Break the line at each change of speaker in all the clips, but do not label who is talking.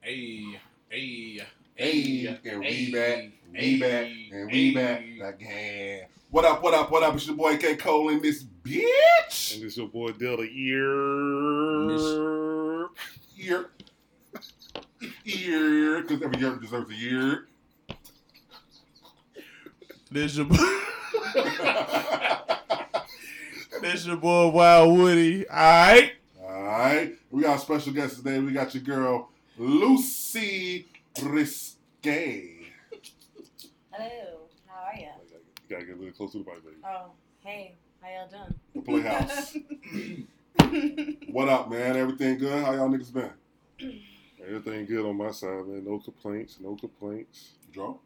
Hey, hey,
Hey,
hey,
and
hey,
we back, we
hey,
back, and we
hey.
back again. What up, what up, what up? It's your boy K. Cole in this bitch.
And it's your boy Delta Ear.
Year. Year. Because every year deserves a year.
This your this your boy Wild Woody. All right,
Alright. We got a special guest today. We got your girl, Lucy Risque.
Hello, how are ya?
You gotta get a little close to the mic, baby.
Oh, hey, how y'all doing?
The Playhouse. what up, man? Everything good? How y'all niggas been?
Everything good on my side, man. No complaints, no complaints.
Drunk?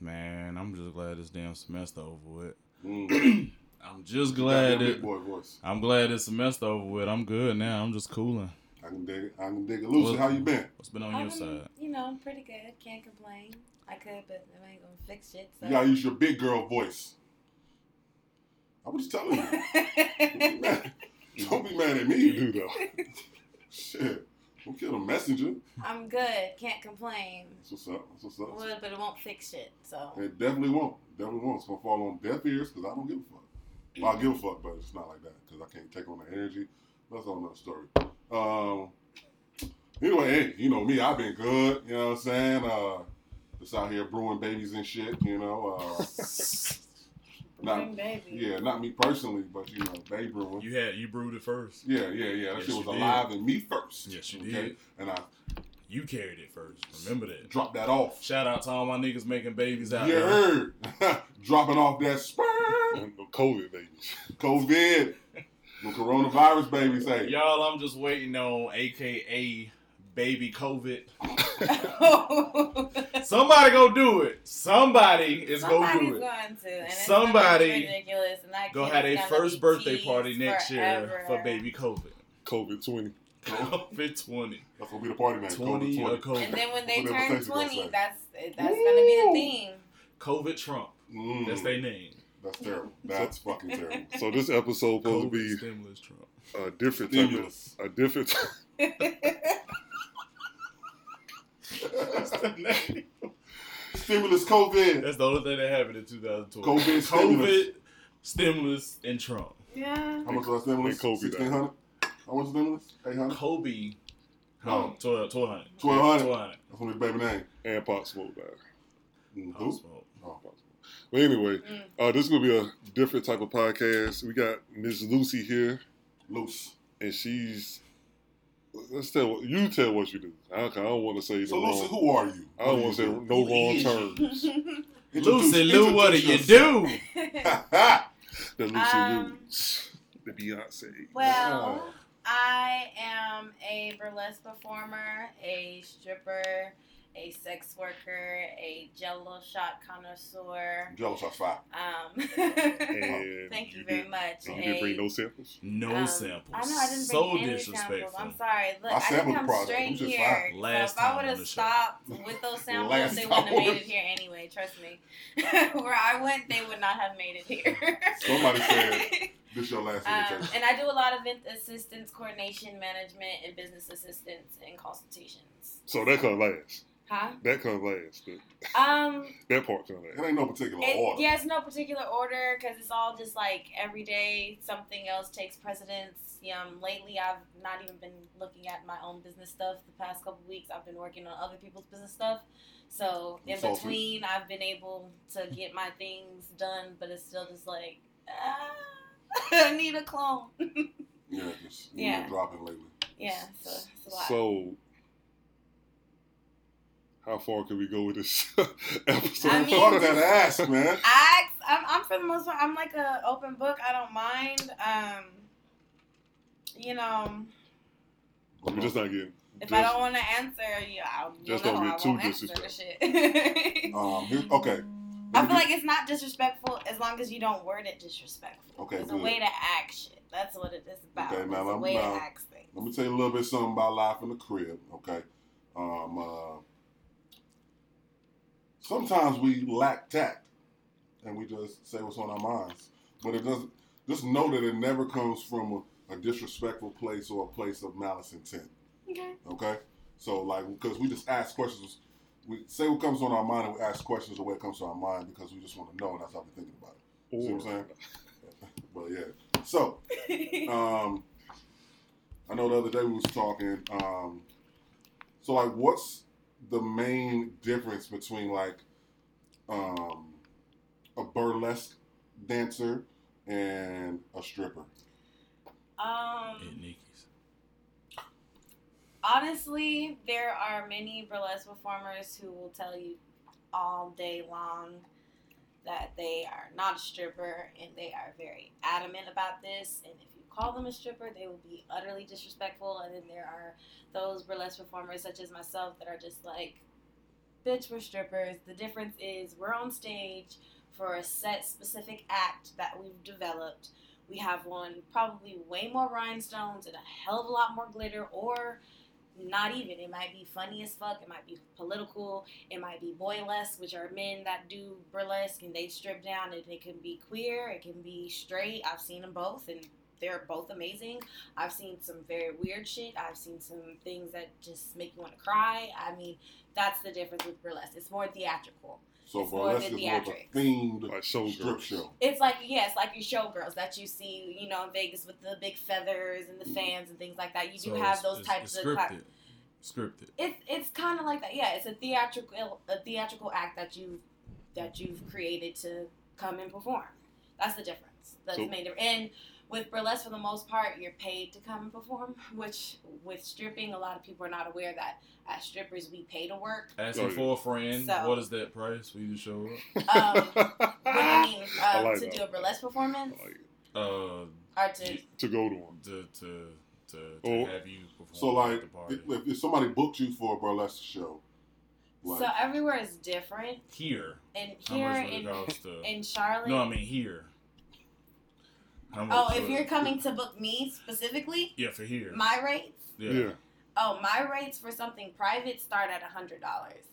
man. I'm just glad this damn semester over with.
Mm.
I'm just glad
Goddamn big
it.
boy voice.
I'm glad this semester over with. I'm good now. I'm just cooling.
I can dig it. I can dig it. Lucy, how you been?
What's been on your side?
Um, you know, I'm pretty good. Can't complain. I could, but I ain't gonna fix shit. So.
You gotta use your big girl voice. I was just telling you. Don't be mad at
You
me.
do though.
Shit. Don't kill the messenger.
I'm good. Can't complain.
That's what's up. That's what's up.
Would, but it won't fix shit. So
It definitely won't. Definitely won't. It's gonna fall on deaf ears because I don't give a fuck. Well, I give a fuck, but it's not like that because I can't take on the energy. That's all another story. Um. Anyway, hey, you know me. I've been good. You know what I'm saying? Uh, just out here brewing babies and shit. You know. Uh, not
baby.
yeah, not me personally, but you know, they brewing.
you had you brewed it first.
Yeah, yeah, yeah. That
Yes,
shit was
you did.
alive in me first.
Yes, you did.
And I
You carried it first. Remember that.
dropped that off.
Shout out to all my niggas making babies out
you
there.
heard. Dropping off that sperm.
No COVID, babies.
COVID. The coronavirus baby say.
Y'all, I'm just waiting on AKA baby COVID. Somebody go do it. Somebody is
Somebody's
go do it.
going to, and it's
Somebody
fucking ridiculous, and that
Go
kid
have
is
a
gonna
first
be
birthday
teased
party next year
forever.
for baby COVID.
COVID 20.
COVID 20.
That's gonna be the party name.
20
COVID
or
20.
And
COVID.
then when they
Whatever
turn
things you gonna
twenty,
say.
that's that's gonna be
Woo!
the theme.
COVID Trump.
Mm,
That's their name.
that's terrible. That's fucking terrible.
So this episode
COVID
supposed to
stimulus Trump.
be a different type of
Stimulus.
a different
That's the name.
Stimulus COVID.
That's the only thing that happened in 2020.
COVID
COVID,
stimulus.
stimulus, and Trump.
Yeah.
How much was that stimulus?
And COVID uh, died.
1600 How much stimulus? 800
Kobe.
No.
Um, 12, 1200.
1200.
1200.
That's gonna be the baby name.
and pot smoke down.
Mm,
Oh,
Who?
smoke.
But anyway,
Mm.
uh, this is gonna be a different type of podcast. We got Miss Lucy here,
Loose.
and she's let's tell what you tell what you do. I, don't- I don't want to say
So
the wrong.
Lucy, who are you?
I don't want to say Oh, no
Who
wrong
is
terms.
Introduce-
Lucy Lou, what do you
introduce
do?
yourself. Ha,
The Lucy
Um,
Lutes. The Beyonce.
Well,
Yeah.
I am a burlesque performer, a stripper, a sex worker, a jello shot
ha.
connoisseur.
Jello shots fire.
Um,
And
thank you
did-
very much.
and you didn't bring
A-
no samples?
No
um,
samples.
I know I didn't
so
bring any samples.
disrespectful.
I'm sorry. Look,
I
I,
sampled
think
the
I'm
product.
straight
I'm just
here.
fine.
So
Last
if I
time
would
on
have
the show.
stopped with those samples,
Last
they wouldn't have
time.
made it here anyway. Trust me. Where I went, they would not have made it here.
Somebody said this your last
Um,
invitation.
and I do a lot of event assistance, coordination, management, and business assistance and consultations.
So that comes last.
Huh?
That comes last. That,
Um,
that part comes
It
last.
ain't no particular
it,
order.
yeah, it's no particular order because it's all just like every day something else takes precedence. Um, lately I've not even been looking at my own business stuff. The past couple weeks I've been working on other people's business stuff. So in
Consultant.
between, I've been able to get my things done, but it's still just like, ah, I need a clone.
Yeah, just you
Yeah.
been dropping lately.
Yeah, so it's a lot.
So, how far can we go with this episode?
I
I
mean-
thought that ass, man.
I, I'm, I'm for the most part, I'm like a open book. I don't mind. Um, you know,
I'm just not getting.
if
just-
I don't want to answer, you, I'll
Just
you know,
don't be
I
too
won't answer the shit.
Um, here, okay.
I feel like it's not disrespectful as long as you don't word it disrespectful.
Okay,
it's
good.
a way to act shit. That's what it is about.
Okay,
it's
now,
a
now,
way
now.
to act things.
Let me tell you a little bit something about life in the crib, okay? Um, uh, sometimes we lack tact and we just say what's on our minds. But it doesn't, just know that it never comes from a, a disrespectful place or a place of malice intent,
Okay.
okay? So like, because we just ask questions, we say what comes on our mind, and we ask questions the way it comes to our mind because we just want to know, and that's how we're thinking about it. See what I'm saying? But yeah. So um, I know the other day we was talking. Um, so like, what's the main difference between like um, a burlesque dancer and a stripper?
At
um,
Nikki's.
honestly, there are many burlesque performers who will tell you all day long that they are not a stripper and they are very adamant about this. And if you call them a stripper, they will be utterly disrespectful. And then there are those burlesque performers, such as myself, that are just like, bitch, we're strippers. The difference is we're on stage for a set specific act that we've developed. We have one probably way more rhinestones and a hell of a lot more glitter, or not even. It might be funny as fuck. It might be political. It might be boylesque, which are men that do burlesque and they strip down. And it can be queer. It can be straight. I've seen them both, and they're both amazing. I've seen some very weird shit. I've seen some things that just make you want to cry. I mean, that's the difference with burlesque. It's more theatrical.
So
It's more of
burlesque
the
is more of
theatrics.
a themed
Like show
strip show.
It's like yes, like your showgirls that you see, you know, in Vegas with the big feathers and the fans and things like that. You do
So
have
it's-
those
it's-
types
it's
of
scripted.
clap-
Scripted.
It's it's kind of like that. Yeah, it's a theatrical a theatrical act that you that you've created to come and perform. That's the difference. That's
So-
the main difference. And with burlesque, for the most part, you're paid to come and perform. Which with stripping, a lot of people are not aware that as strippers, we pay to work.
Asking
Oh,
yeah.
for a friend.
So-
what is that price for you to show up?
Um, what do you
I
mean
I
um,
like
to
that.
do a burlesque performance
like it.
Uh,
or to?
to go to one.
to to to, to
Oh.
have you perform
So
at
like,
the party
if, if somebody booked you for a burlesque show, like
So everywhere is different,
here.
and
How
here
much would it
in
cost to?
in Charlotte.
No, I mean here. How much
oh, if
would-
you're coming to book me specifically,
yeah for here,
my rates.
yeah.
Oh, my rates for something private start at hundred dollars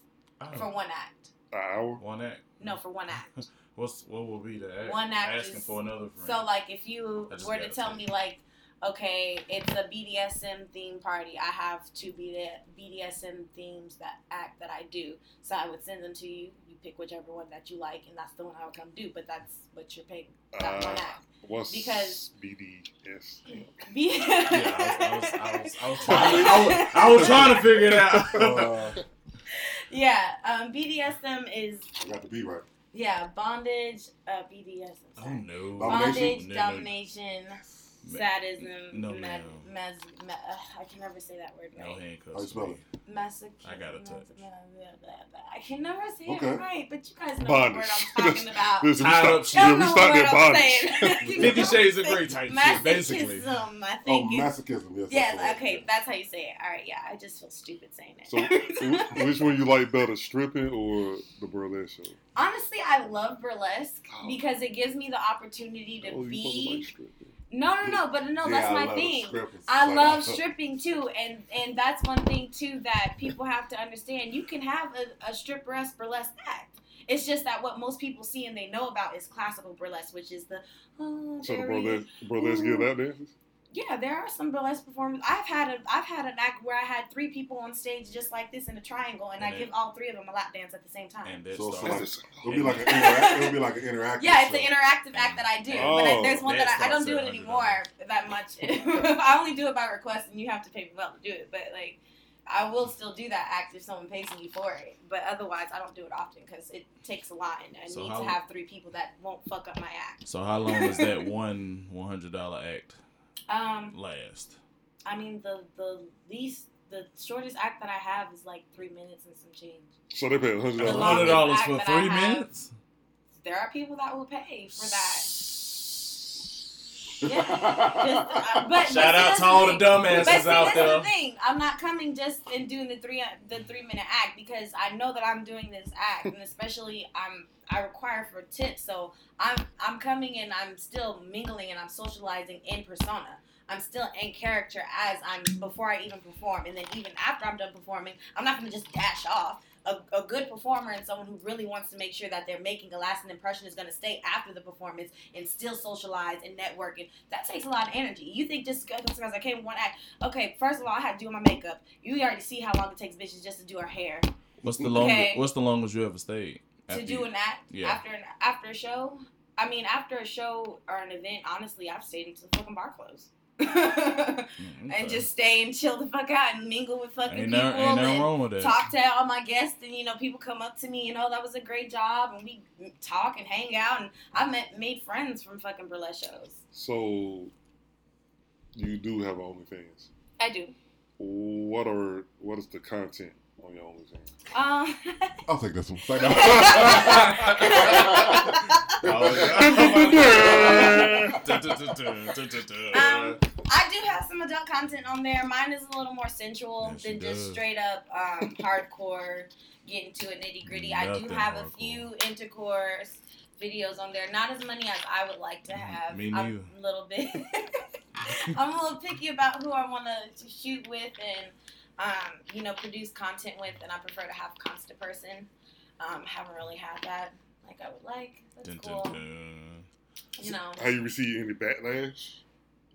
Oh,
for one act.
An hour.
one act.
No, for one act.
What's what will be the act?
One act
asking
is-
for another friend.
so, like, if you
I just
were to
gotta
tell
pay.
me, like, okay, it's a BDSM theme party. I have two BD- BDSM themes that act that I do. So I would send them to you. You pick whichever one that you like, and that's the one I would come do. But that's what you're paying. That one
Uh,
act.
what's
Because-
BDS?
B-
yeah, I was, I was, I was, I was
I
trying,
mean,
to,
I would-
I was trying to figure it out.
Uh,
yeah. Um, BDSM is
I got to be right.
yeah bondage. Uh, BDSM.
oh
sorry.
no,
Bondage,
No, no.
domination,
Ma-
sadism,
no,
ma-
ma'am.
mas- ma- uh, I can never say that word
No
right.
handcuffs.
How you spell it?
Masochism.
I got a touch.
blah, blah, blah, blah. I can never say
Okay.
it right, but you guys know
Bondage.
the word I'm talking about.
Listen, we
Tied
start-
up shit.
yeah, we
Y'all Uh, know
start
what
that
I'm
bondage.
saying. You
Fifty
know
Shades of
what I'm
Grey type
saying?
shit, basically.
Masochism, I
Oh,
think. it's-
masochism. Yes.
yes,
that's the word.
okay, that's how you say it. All right, yeah, I just feel stupid saying it.
So, wh- which one you like better, stripping or the burlesque show?
Honestly, I love burlesque
Oh.
because it gives me the opportunity to
Oh, you fucking like
be.
stripping.
No, no, no, but no,
Yeah,
that's
I
my
love
thing.
strippers.
I
Like,
love stripping too, and and that's one thing too that people have to understand. You can have a, a stripperess burlesque act. It's just that what most people see and they know about is classical burlesque, which is the oh,
So the
very-
burlesque, burlesque give that dances?
yeah. There are some burlesque performers. I've had a I've had an act where I had three people on stage just like this in a triangle, and, I
And it-
give all three of them a lap dance at the same time.
And that's
So it's
the-
like- It'll be
And-
like an interact. It'll be like an interactive.
yeah, it's
show.
an interactive act that I do. but I, there's one
Oh,
that I, I don't
that's
do it
not
anymore that much. I only do it by request, and you have to pay me well to do it. But like, I will still do that act if someone pays me for it. But otherwise, I don't do it often because it takes a lot, and I
So
need
how-
to have three people that won't fuck up my act.
so how long does that one one hundred dollar act
Um,
last?
I mean the the least the shortest act that I have is like three minutes and some change.
So they pay hundred
The longest
hundred
dollars.
dollars
act
for
that I
three
have
minutes
There are people that will pay for that.
that.
Yeah. Just, uh, but
Shout out to all the
But
dumbasses
see,
out
that's
there.
the thing. I'm not coming just and doing the three the three minute act because I know that I'm doing this act, and especially I'm I require for tips, so I'm I'm coming and I'm still mingling and I'm socializing in persona. I'm still in character as I'm before I even perform, and then even after I'm done performing, I'm not gonna just dash off. A, a good performer and someone who really wants to make sure that they're making a lasting impression is gonna stay after the performance and still socialize and network, and that takes a lot of energy. You think just because I came one act? Okay, first of all, I had to do my makeup. You already see how long it takes bitches just to do her hair.
What's the longest?
Okay.
What's the longest you ever stayed?
to
after
do
you-
an act
yeah.
after an after a show. I mean, after a show or an event, honestly, I've stayed until the fucking bar closed.
Mm, okay.
And just stay and chill the fuck out and mingle with fucking
ain't
people
nothing, ain't nothing
and
wrong with that.
talk to all my guests. And you know, people come up to me and oh, that was a great job, and we talk and hang out. And I met made friends from fucking burlesque shows.
So you do have OnlyFans.
I do.
What are what is the content on your OnlyFans?
Um,
I'll take this one.
Um, I do have some adult content on there. Mine is a little more sensual
Yes, she
than
does.
just straight up um, hardcore, getting to it nitty gritty. I do
Nothing
have a
hardcore.
few intercourse videos on there. Not as many as I would like to
Mm,
have.
me
I'm
neither.
a little bit. I'm a little picky about who I want to shoot with and um, you know produce content with, and I prefer to have a constant person. Um, haven't really had that like I would like. That's
Dun,
cool.
dun, dun.
You know,
How you receive any backlash,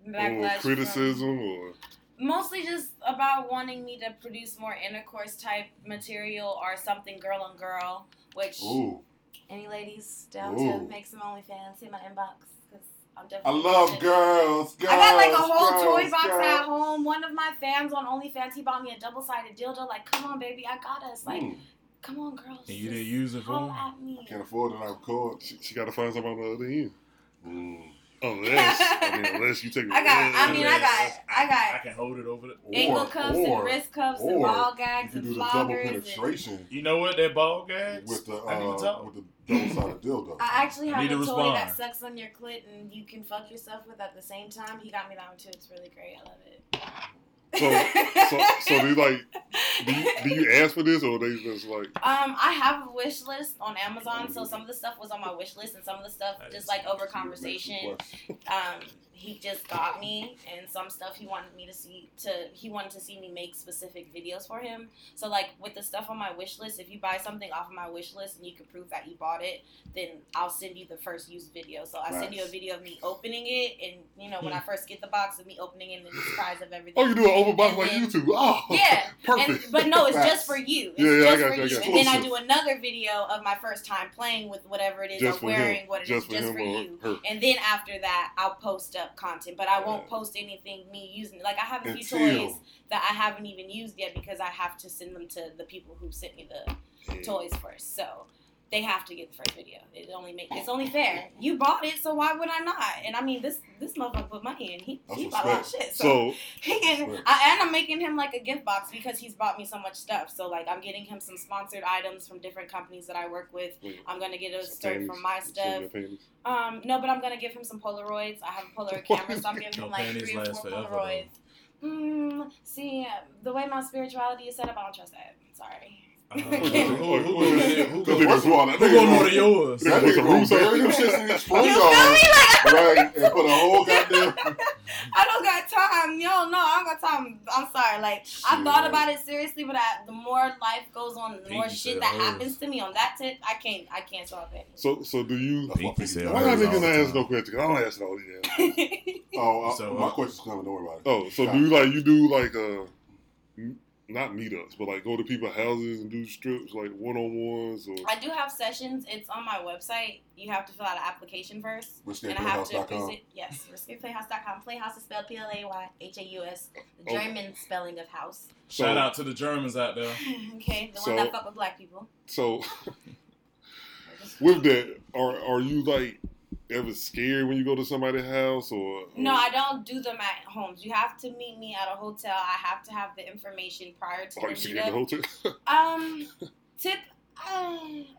backlash
or
from-
criticism or
mostly just about wanting me to produce more intercourse type material or something girl on girl which
Ooh,
any ladies down
Ooh.
to make some OnlyFans hit my inbox because I'm definitely
I love
interested.
girls. girls
I got like a whole
girls,
toy box
girls.
at home. One of my fans on OnlyFans, he bought me a double sided dildo. Like, come on, baby, I got us. Like,
Mm,
come on, girls.
And you
just
didn't use it for
holler
him?
at me.
can't afford it. I record.
she, she got to find something on the other end?
Mm.
Unless, I mean, unless you take. a
I got. I
risk.
mean, I got. I
I
got
can hold it over the.
ankle
Or-
cuffs
or-
and wrist cuffs and
or
ball
You
gags
can
and
do the double
floggers. and-
penetration
You know what? That ball gag.
with the
I need to
uh,
talk.
with the double-sided dildo.
I actually
I
have
need
a
to
toy that
respond.
sucks on your clit and you can fuck yourself with at the same time. He got me that one too. It's really great. I love it.
So, so, so they like. Do you, do you ask for this or they just like?
um, I have a wish list on Amazon, so some of the stuff was on my wish list, and some of the stuff
That is
just like over
She gonna make some
conversation.
questions.
Um, he just got me, and some stuff he wanted me to see. To he wanted to see me make specific videos for him. So like with the stuff on my wish list, if you buy something off of my wish list and you can prove that you bought it, then I'll send you the first used video. So I send you a
Nice.
video of me opening it, and you know when I first get the box of me opening it and the surprise of everything.
Hmm. Oh, you do an open box like
And
YouTube. Oh,
Yeah, and,
perfect.
but no, it's
Facts.
just for you. It's
Yeah, yeah, I
just
got
for
you, I
you.
got
you.
And then I do another video of my first time playing with whatever it is
just
or
for
wearing
him.
what it is,
just for
just
him
for
or
you.
her.
And then after that, I'll post up content, but I won't
Right.
post anything me using. Like I have a few toys
Until
that I haven't even used yet because I have to send them to the people who sent me the toys first. So they have to get the first video. It only make it's only fair. You bought it, so why would I not? And I mean, this this motherfucker put money in. He
That's
he
what's
bought a lot of
fair.
shit.
So,
He can,
Sure.
I, and I'm making him like a gift box because he's bought me so much stuff. So like I'm getting him some sponsored items from different companies that I work with. I'm gonna get a shirt from my stuff. Um, no, but I'm gonna give him some Polaroids. I have a Polaroid camera, so I'm giving
Your
him like
panties
three or
last
four
forever, though.
Polaroids. Hmm. see, uh, the way my spirituality is set up, I don't trust that. Sorry.
Uh, who, who, who, who, who,
Cause niggas
who,
want that.
who gonna order yours?
That nigga gonna bury them shits in his
You feel me? Like
right? And put a whole goddamn.
I don't got time. Yo, no, I don't got time. I'm sorry. Like I
Shit.
thought about it seriously, but I, the more life goes on, the more
Pinky
shit
said
that
hers.
happens to me on that tip, I can't. I can't solve it.
So, so do
That's
you?
my
Pinky
pinky
said
toe.
Why
hers
y'all
all
niggas not
the
asking
time.
no questions? I don't ask all these. answers.
Oh, I,
So,
my
uh,
question's coming. Don't worry about it.
Oh, so do you like you do like uh, m- not meetups, but like go to people's houses and do strips like one on ones or
I do have sessions. It's on my website. You have to fill out an application first.
Which
and I have to
playhouse.com.
visit. Yes, riskplayhouse.com. Playhouse is spelled P L A Y H A U S, the
Oh.
German spelling of house.
so,
Shout out to the Germans out there.
okay, the
So-
one that fuck with black people.
So with that, are are you like ever scared when you go to somebody's house or um,
No, I don't do them at homes. You have to meet me at a hotel. I have to have the information prior to
Are Oh, you
the
scared the
meetup.
whole time?
Um, tip. Uh,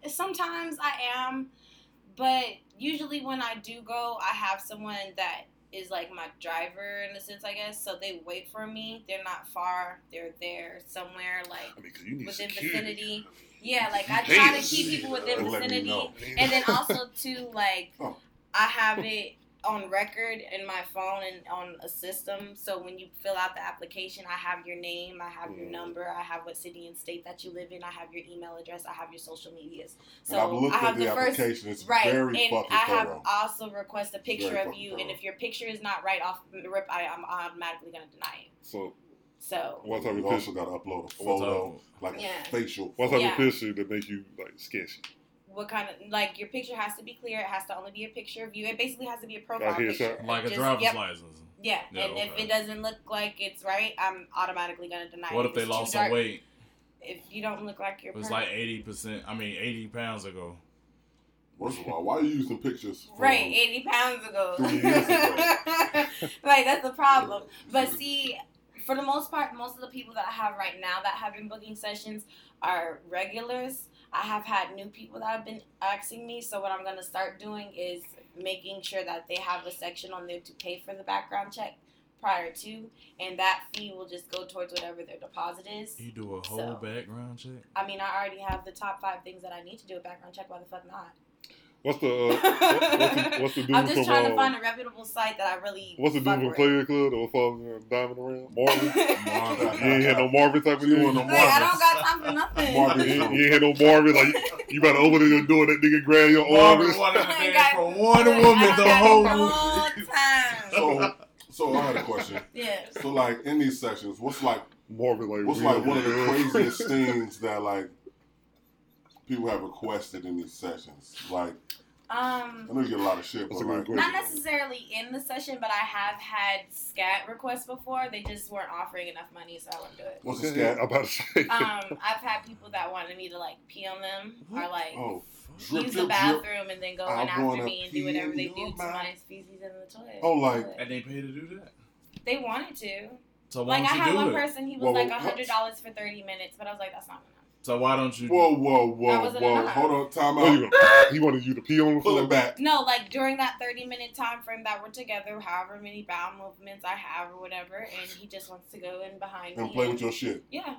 sometimes I am, but usually when I do go, I have someone that is like my driver in a sense, I guess. So they wait for me. They're not far. They're there somewhere,
I
like
mean, cause you need
within
security.
vicinity. Yeah, like I
Hey,
try to keep
shit,
people within
let me
vicinity,
know.
and then also too like
Oh.
I have it. on record in my phone and on a system. So when you fill out the application, I have your name, I have your
Mm.
number, I have what city and state that you live in, I have your email address, I have your social medias.
and I've
So
looked
I
at
have
the,
the first
application. It's
Right,
very
and
fucking
I have
thorough.
also request a picture
Very
of
fucking
you,
thorough.
and if your picture is not right off the rip, I, I'm automatically gonna deny it.
So
So
what type
you
of
also
picture?
got to upload a
What's
photo,
up?
like
Yeah.
a facial.
What type
Yeah.
of picture that make you like sketchy?
what kind of like your picture has to be clear? It has to only be a picture of you. It basically has to be a profile
Like here's
picture.
her.
Like a
Just-
driver's
yep.
license.
Yeah,
Yeah,
and if
okay.
it doesn't look like it's right, I'm automatically gonna deny it.
What if they
it's too
lost some
dark- Uh-huh.
weight?
If you don't look like your
It was like eighty percent. I mean, eighty pounds ago.
First of all, why are you using pictures? um, from-
Right, eighty pounds ago.
Three years ago.
like that's the problem. But see, for the most part, most of the people that I have right now that have been booking sessions are regulars. I have had new people that have been asking me. So what I'm gonna start doing is making sure that they have a section on there to pay for the background check prior to, and that fee will just go towards whatever their deposit is.
You do a whole
So-
background check.
I mean, I already have the top five things that I need to do a background check. Why the fuck not?
What's the uh, what- what's the, what's the dude
I'm just
from
trying to
uh,
find a reputable site that I really.
what's the dude
fuck
from
with.
Player Club that was following her diamond around? Marvin.
Marvin.
You ain't had no Marvin type of
You
dude.
want no
Like, I don't got time for nothing.
Marvin.
You ain't you ain't had no Marvin. Like you- you better open your door, that nigga grab your
Oh,
arm.
Marvin wanted to
I ain't
dance
got-
for
I
one
don't
woman the
got
whole
no time.
So, so I had a question.
Yeah.
So, like in these sections, what's like
Marvin like
what's
real
like one of the
good.
craziest things that like people have requested in these sessions? Like I
Um.
know you get a lot of shit, but
That's a good
like,
question.
Not necessarily in the session, but I have had scat requests before. They just weren't offering enough money, so I wouldn't do it.
what's the
Okay,
scat?
I'm about to say.
Um, I've had people that wanted me to like pee on them or like
Oh,
Fuck.
Drip,
use
drip,
the
drip.
bathroom and then go
I
in after
wanna
me and
pee
do whatever
in
they
your
do to
mouth.
my species in the toilet.
Oh, like-
And they pay to do that.
they wanted to.
So why
Like I
don't you
had
do
one
it?
person, he was
Well,
like
what-
hundred dollars for thirty minutes, but I was like, that's not enough.
So why don't you?
whoa, whoa,
That
whoa,
wasn't
whoa!
enough.
Hold on, time
What
out.
you gonna- he wanted you to pee on the
Pull it
floor.
back.
No, like during that thirty minute time frame that we're together, however many bowel movements I have or whatever, and he just wants to go in behind
and
me.
play with your shit.
yeah,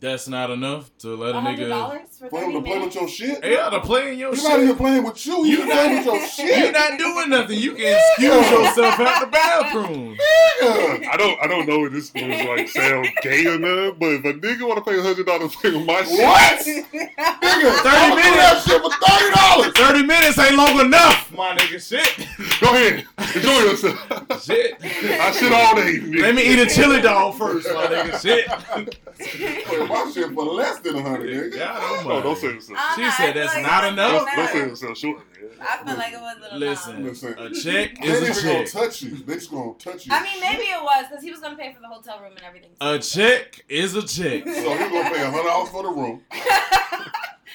That's not enough to let a
hundred
nigga.
dollars for
For him
thirty
to
minutes.
play with your shit?
Yeah, to play in your
He's not even
shit.
playing with you.
You
He's
not-
playing with your
You're
shit.
not doing nothing. You can excuse yourself out the bathroom.
Nigga.
I don't I don't know if this was like sound gay or nothing, but if a nigga wanna pay hundred dollars for my shit,
What? Nigga, I'm gonna do that
minutes.
shit for thirty dollars.
Thirty minutes ain't long enough, my nigga. Shit,
go ahead. Enjoy yourself.
shit.
I shit all day. Nigga.
Let me eat a chili dog first, my nigga. Shit.
Play my shit for less than a hundred, nigga.
God
Oh, don't
almighty.
say yourself.
I
She
don't know, I
said
feel
that's
like
not
it wasn't
enough.
Don't,
enough.
don't say yourself short. man.
I feel like it wasn't enough.
Listen,
Listen.
a chick
They
is a
just gonna
chick.
touch you. They just gonna touch you.
I mean, maybe it was because he was gonna pay for the hotel room and everything.
A chick is a chick.
So you gonna pay hundred dollars for the room?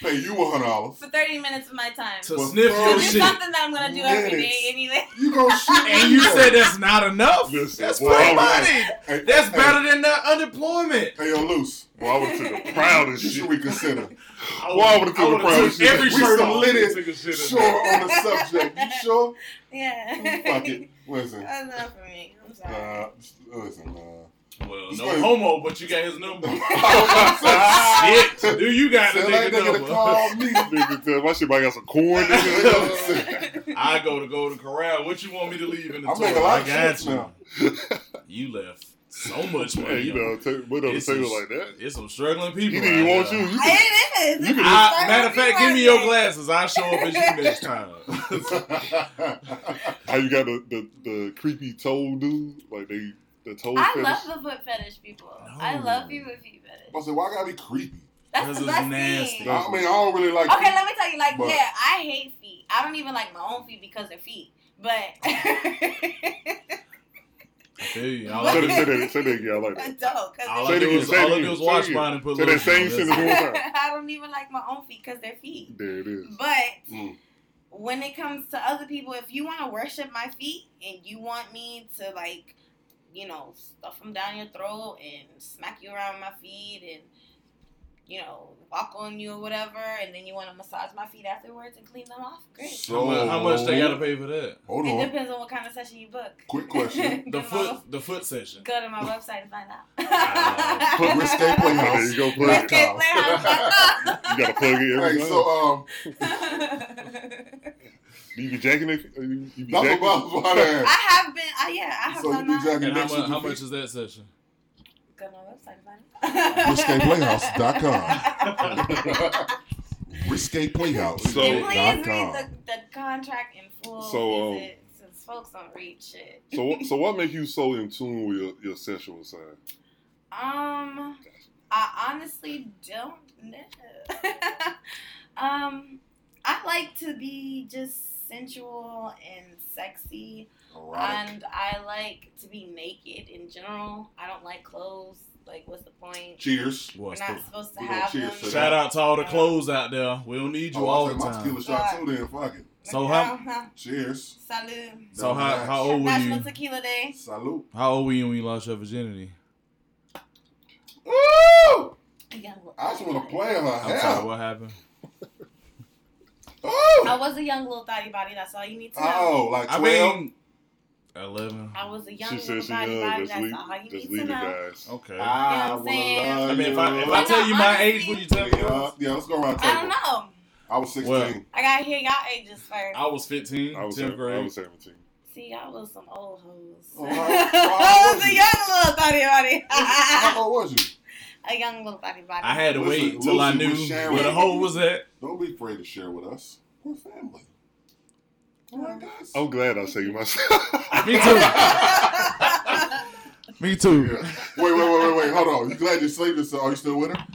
Pay you hundred dollars.
for thirty minutes of my time.
To
Well,
sniff
so
your
Because it's
shit.
something that I'm gonna do every day
Oh, Minutes.
anyway.
You gonna shit?
And you said that's not enough?
Listen,
That's
well,
free
I was-
money.
hey,
That's
hey,
better than the unemployment.
Hey, yo, loose.
Well, I would have took the
You
proudest
should
shit.
reconsider.
Well, I would have took the proudest shit.
every
We
shirt off.
submitted.
Took a shit in
Sure on the subject. You sure?
Yeah.
Fuck it. Listen.
That's enough for me. I'm sorry.
Uh, listen. Uh,
there. Well,
It's
no
like-
homo, but you got his number.
Ah,
Shit, do you got the
Sound like
nigga
they gonna
number?
call me.
Nigga, tell my shit might got some corn in it.
I go to Golden Corral. What you want me to leave in the
I make a
tour?
lot
I
of
got
shits
you.
now.
You left so much money.
Hey, you know, take, put on the
It's some
table
sh-
like that.
It's some struggling people.
He didn't even
out
want you.
here.
You could-
It is.
You can-
I, matter of fact, give me your glasses. I'll show up as you next time.
how you got the, the, the creepy toe dude? Like they the toe
I
fetish?
love the foot fetish people. I
No.
love you with feet fetish.
I said, why gotta be creepy?
That's
This
the
is
best
nasty.
thing.
I mean, I don't really like.
Okay, let me tell you. Like,
But-
yeah, I hate feet. I don't even like my own feet because they're feet. But
I feel you. All I
Say
do
that, say that, say that, yeah, I like that.
no, because
All
Say
I
it
do
again,
is,
say it
all I
again,
do is
say it
wash
again.
mine and put a
Say
little
that same
shit in
sentence.
it.
I don't even like my own feet because they're feet.
There it is.
But
Mm.
when it comes to other people, if you want to worship my feet and you want me to like, you know, stuff them down your throat and smack you around my feet and you know walk on you or whatever, and then you want to massage my feet afterwards and clean them off, great.
How
So
much, how much they gotta pay for that?
Hold
It
on.
depends on what kind of session you book.
Quick question.
Go
The
to my
foot, the foot session.
web- Go to my website and find out.
Wow.
Risque
There
playhouse.
you go, plug
Let's
it.
get
um,
You gotta plug it
Hey,
every time.
so um,
You be jacking it? You, you be
That's
jacking
what I was about to
I
ask.
have been. I yeah. I have uh,
So
done
you be
that.
jacking
And how,
next
mu-
to
how
your
much
feet?
is that session?
Go to my website and find
Playhouse.com.
out.
Risque Playhouse.
So-
and please
dot com.
read the, the contract in full.
So,
is it- since folks don't read shit.
So, what- so what makes you so in tune with your, your sexual side?
Um, I honestly don't know. um, I like to be just sensual and sexy,
Erotic.
and I like to be naked in general. I don't like clothes. Like, what's the point?
Cheers.
We're
What's
not supposed to
we gonna
have
cheers
them.
to
Shout out to all the clothes out there. We don't need you
Oh,
all
I
the
said my
time.
tequila shot too then. Fuck it.
So how
how?
Cheers.
Salud.
so how how old were
National
you?
Tequila Day.
Salute.
How old were you when you lost your virginity?
Ooh!
I got a little-
I just want to play her
I'm sorry,
hair.
what happened?
I
Ooh!
was a young little thotty body. That's all you need to know.
Oh, like
I
12?
mean, eleven.
I was a young
she
little
said she
body
young.
body.
Just
That's
leave,
all you
just
need to
leave it,
know.
guys.
Okay.
Ah, I
You know what I'm
wanna
saying?
love
I mean, if I if
you.
I tell you my
Honestly-
age, would you tell me?
Yeah, yeah, let's go around the
I
table.
don't know.
I was 16.
Well-
I gotta hear y'all ages first.
I was 15,
I was,
10th
seven, I
grade.
was 17.
See, y'all was some old hoes.
Oh, how- how
I
old
was
was
a
you?
young little thotty body.
How old was you?
a young little thotty body.
I had to
Listen,
wait till I
Lucy
knew
was sharing.
where the hole was at.
Don't be afraid to share with us. We're family. Oh my gosh.
I'm glad I saved myself.
Me too. Me too.
Wait, wait, wait, wait, wait. Hold on. You glad you saved this? Are you still with her?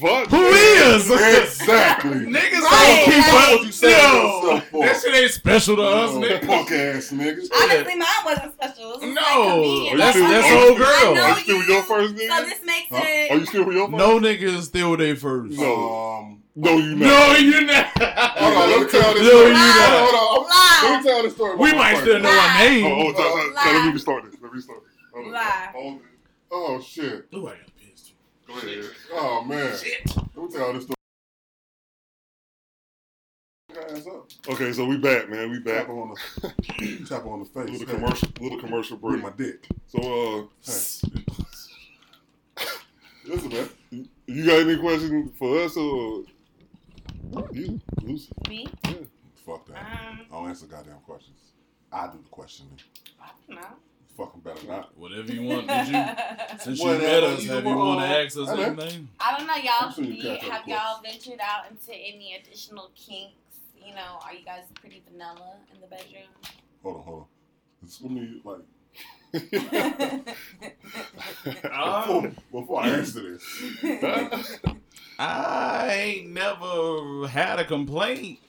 Fuck.
Who is?
exactly.
Niggas don't
Right,
keep up
right.
What you saying
No,
yourself for?
that shit ain't special to us, nigga.
Punk ass niggas.
Honestly, mine wasn't special. It was just like a
No,
comedian.
that's
Like,
that's
okay,
old
I know
girl.
Are you still with your first
So
nigga?
this makes
Huh?
it.
Are you still with your first?
No nigga is still there first.
No.
Oh.
Um,
No, you not.
No, you not.
hold on. Let me tell this
No,
story.
you
not.
Hold on. Hold on. Let
Lie.
me tell this story. about
We
my
might
first
still know
one.
her name.
Oh,
Lie.
oh, sorry, sorry, sorry, let me
Lie.
restart this. Let me restart this. Hold on.
Lie.
Hold it.
Oh, shit.
Ooh, I got pissed.
Go ahead. Oh, man.
Shit.
Let me tell this story. Guys up.
Okay, so we back, man. We back.
Tap her on the, tap her on the face.
Little
Hey,
commercial, little commercial
Bring my
break.
dick.
So, uh,
Hey. Listen, man.
uh, you got any questions for us or you, Lucy?
Me?
Fuck that.
Um,
I don't answer goddamn questions. I do the questioning.
I don't know.
Fucking better not.
Whatever you want. Did you? Since you
Whatever
met us,
you
have you want to
want.
ask us
Okay.
anything?
I don't know,
I'm
y'all.
sure you
be-
catch up, of
have
course.
y'all ventured out into any additional kinks? You know, are you guys pretty vanilla in the
Hold on, hold on. It's let me like
bedroom?
before, before I answer this.
Uh, I ain't never had a complaint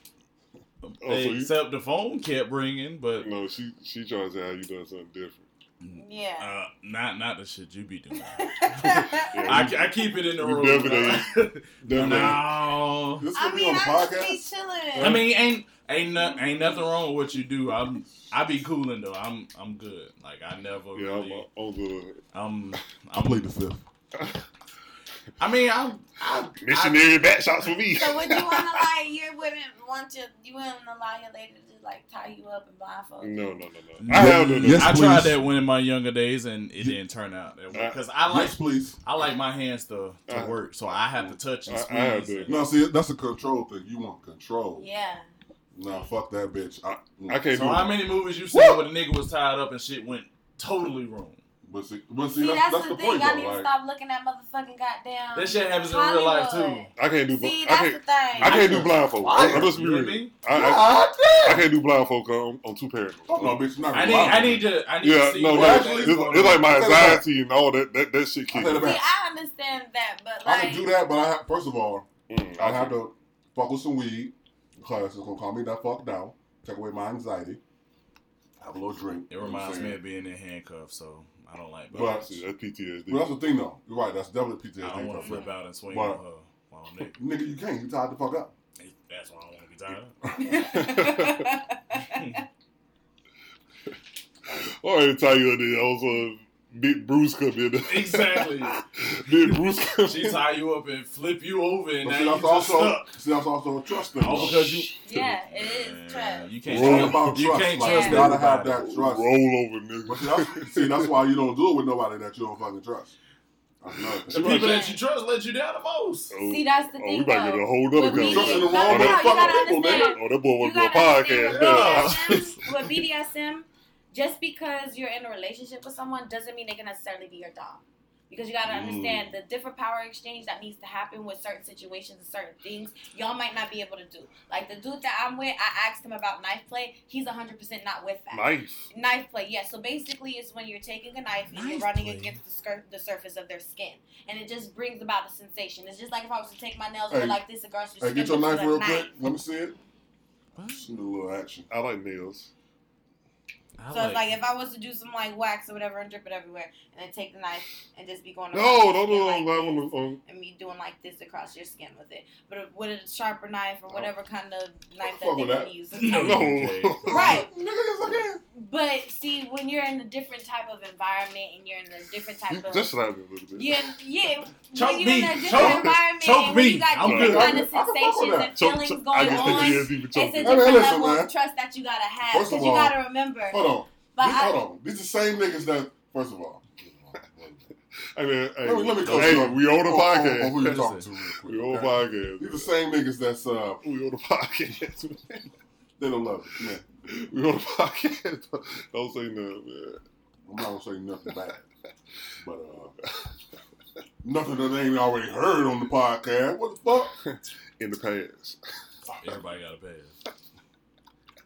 Oh,
so you-
except the phone kept ringing, but
no, she she trying to say how you done something different.
yeah.
uh, not not the shit you be doing.
Yeah,
I,
you-
I keep it in the
You
room.
definitely- definitely-
no,
This
I
could be
mean,
on the
I just
podcast.
be chilling.
I mean ain't ain't no, ain't nothing wrong with what you do. I'm I be cooling though. I'm I'm good. Like I never
Yeah, I'm uh,
really.
on the
I'm,
I
I'm,
played the fifth.
I mean I'm I,
missionary back shots for me.
so would you want to like you wouldn't want your you wouldn't allow your lady to like tie you up and blindfold you?
No, no, no, no. I have done
Yes,
I
please.
tried that one in my younger days and it didn't turn out that way because I like
yes, please.
I like my hands to, to
Uh,
work, so I have to touch and
I- I have
squeeze.
to-
No, see, that's a control thing. You want control.
Yeah.
Nah, fuck that bitch. I,
I can't
so
do
how
it.
many movies you seen where the nigga was tied up and shit went totally wrong?
But see, but see,
See,
that's,
that's,
that's
the, thing.
point,
I
though.
need to
Like,
stop looking at motherfucking goddamn.
That shit happens in real life too.
Hollywood.
I can't do.
See,
bl- I
that's the
can't.
thing.
I can't do blindfold. Oh, I, I just be
You know what I
real.
mean?
I, I,
God
I
damn!
can't do blindfold. i I'm, I'm too paranoid.
Hold on, bitch. Not
I need I need to I need
Yeah,
to see
no,
what
like,
the
actually,
fuck
it's,
is going
it's like
on.
my
Take it back.
anxiety and all that. That, that shit
I
kicks.
said it
See,
back.
I understand that, but
I
like,
can do that, but I have, first of all,
Mm,
I have to fuck with some weed because it's gonna calm me that fuck down, take away my anxiety, have a little drink.
It reminds
you know
me
what
of being in handcuffs, so I don't like.
But-
But
That's PTSD.
I'm saying? But that's the thing though. You're right. That's definitely
I don't want
PTSD. comes
to
from.
flip out and swing
But-
on her while I'm naked.
Nigga, you can't. You tied the fuck up.
That's why I don't want to be tied up.
All right, tell you that also big Bruce come in.
Exactly.
big Bruce come
She
in.
tie you up and flip you over, and
But
now
see,
you
that's
just
also
stuck.
see, that's also a trust thing.
All
though.
because you
yeah, it is
Man,
trash.
You
It's
can't
all
Roll-
about
trust. You
trust.
can't
like,
trust
you gotta
everybody.
have that
Roll
trust.
over,
But see
nigga.
that's, see, that's why you don't do it with nobody that you don't fucking trust. I know.
The people that you trust let you down the most.
Oh,
See, that's the
oh,
thing,
we about to
though.
get a whole nother
With me-
conversation.
Trusting the wrong
No, no, you
motherfucking
gotta
people, man.
understand.
Oh, that boy
You
want to do a
gotta
podcast.
understand
man.
what
BDSM, with BDSM, just because you're in a relationship with someone doesn't mean they can necessarily be your dom. Because you gotta
Mm.
understand the different power exchange that needs to happen with certain situations and certain things y'all might not be able to do. Like the dude that I'm with, I asked him about knife play. He's 100% not with that.
Nice.
Knife play, yeah. So basically, it's when you're taking a knife and you're
Knife
running
play?
against the skirt, the surface of their skin, and it just brings about a sensation. It's just like if I was to take my nails and
Hey.
go like this, and girls would
Hey, get
stick
your
it to
knife
the
real quick. Let me see it. Just need a little action.
I like nails.
I
So it's like if I was to do some like wax or whatever and drip it everywhere, and then take the knife and just be going.
No, no, no,
around your skin
no.
like
I
this,
want to. Um,
and me doing like this across your skin with it, but with a sharper knife or whatever kind of knife
Oh. Fuck
that
with that.
they want to use.
No.
no.
Right.
Nigga, it's okay.
But see, when you're in a different type of environment and you're in a different
You
type of
just slap me a little bit.
Yeah, yeah.
Choke
when you're
me.
in a different
Choke-
environment,
choke
when you
me.
got
I'm
different
good.
kind of
I can fuck with
sensations
that.
and feelings
Choke- choke-
going
I just
on,
think it
it's
is even
a
choking.
different
Hey, man, listen,
level
man.
of trust that you gotta have.
First of
Because you
all-
gotta remember.
Hold on.
But
These-
I,
hold on. These the same niggas that, first of all.
Hey, man, hey,
Let me- let me close
hey,
it up.
we on
on-
the
on- on
podcast.
oh, who you
Listen.
talking to real quick.
We on the
okay?
podcast.
These
man.
the same niggas that's, uh,
We on the podcast.
they don't love it. Man,
We on the podcast. Don't say nothing, man.
I'm not gonna say nothing bad. But, uh, nothing that they ain't already heard on the podcast. What the fuck?
In the past.
Everybody got a pass.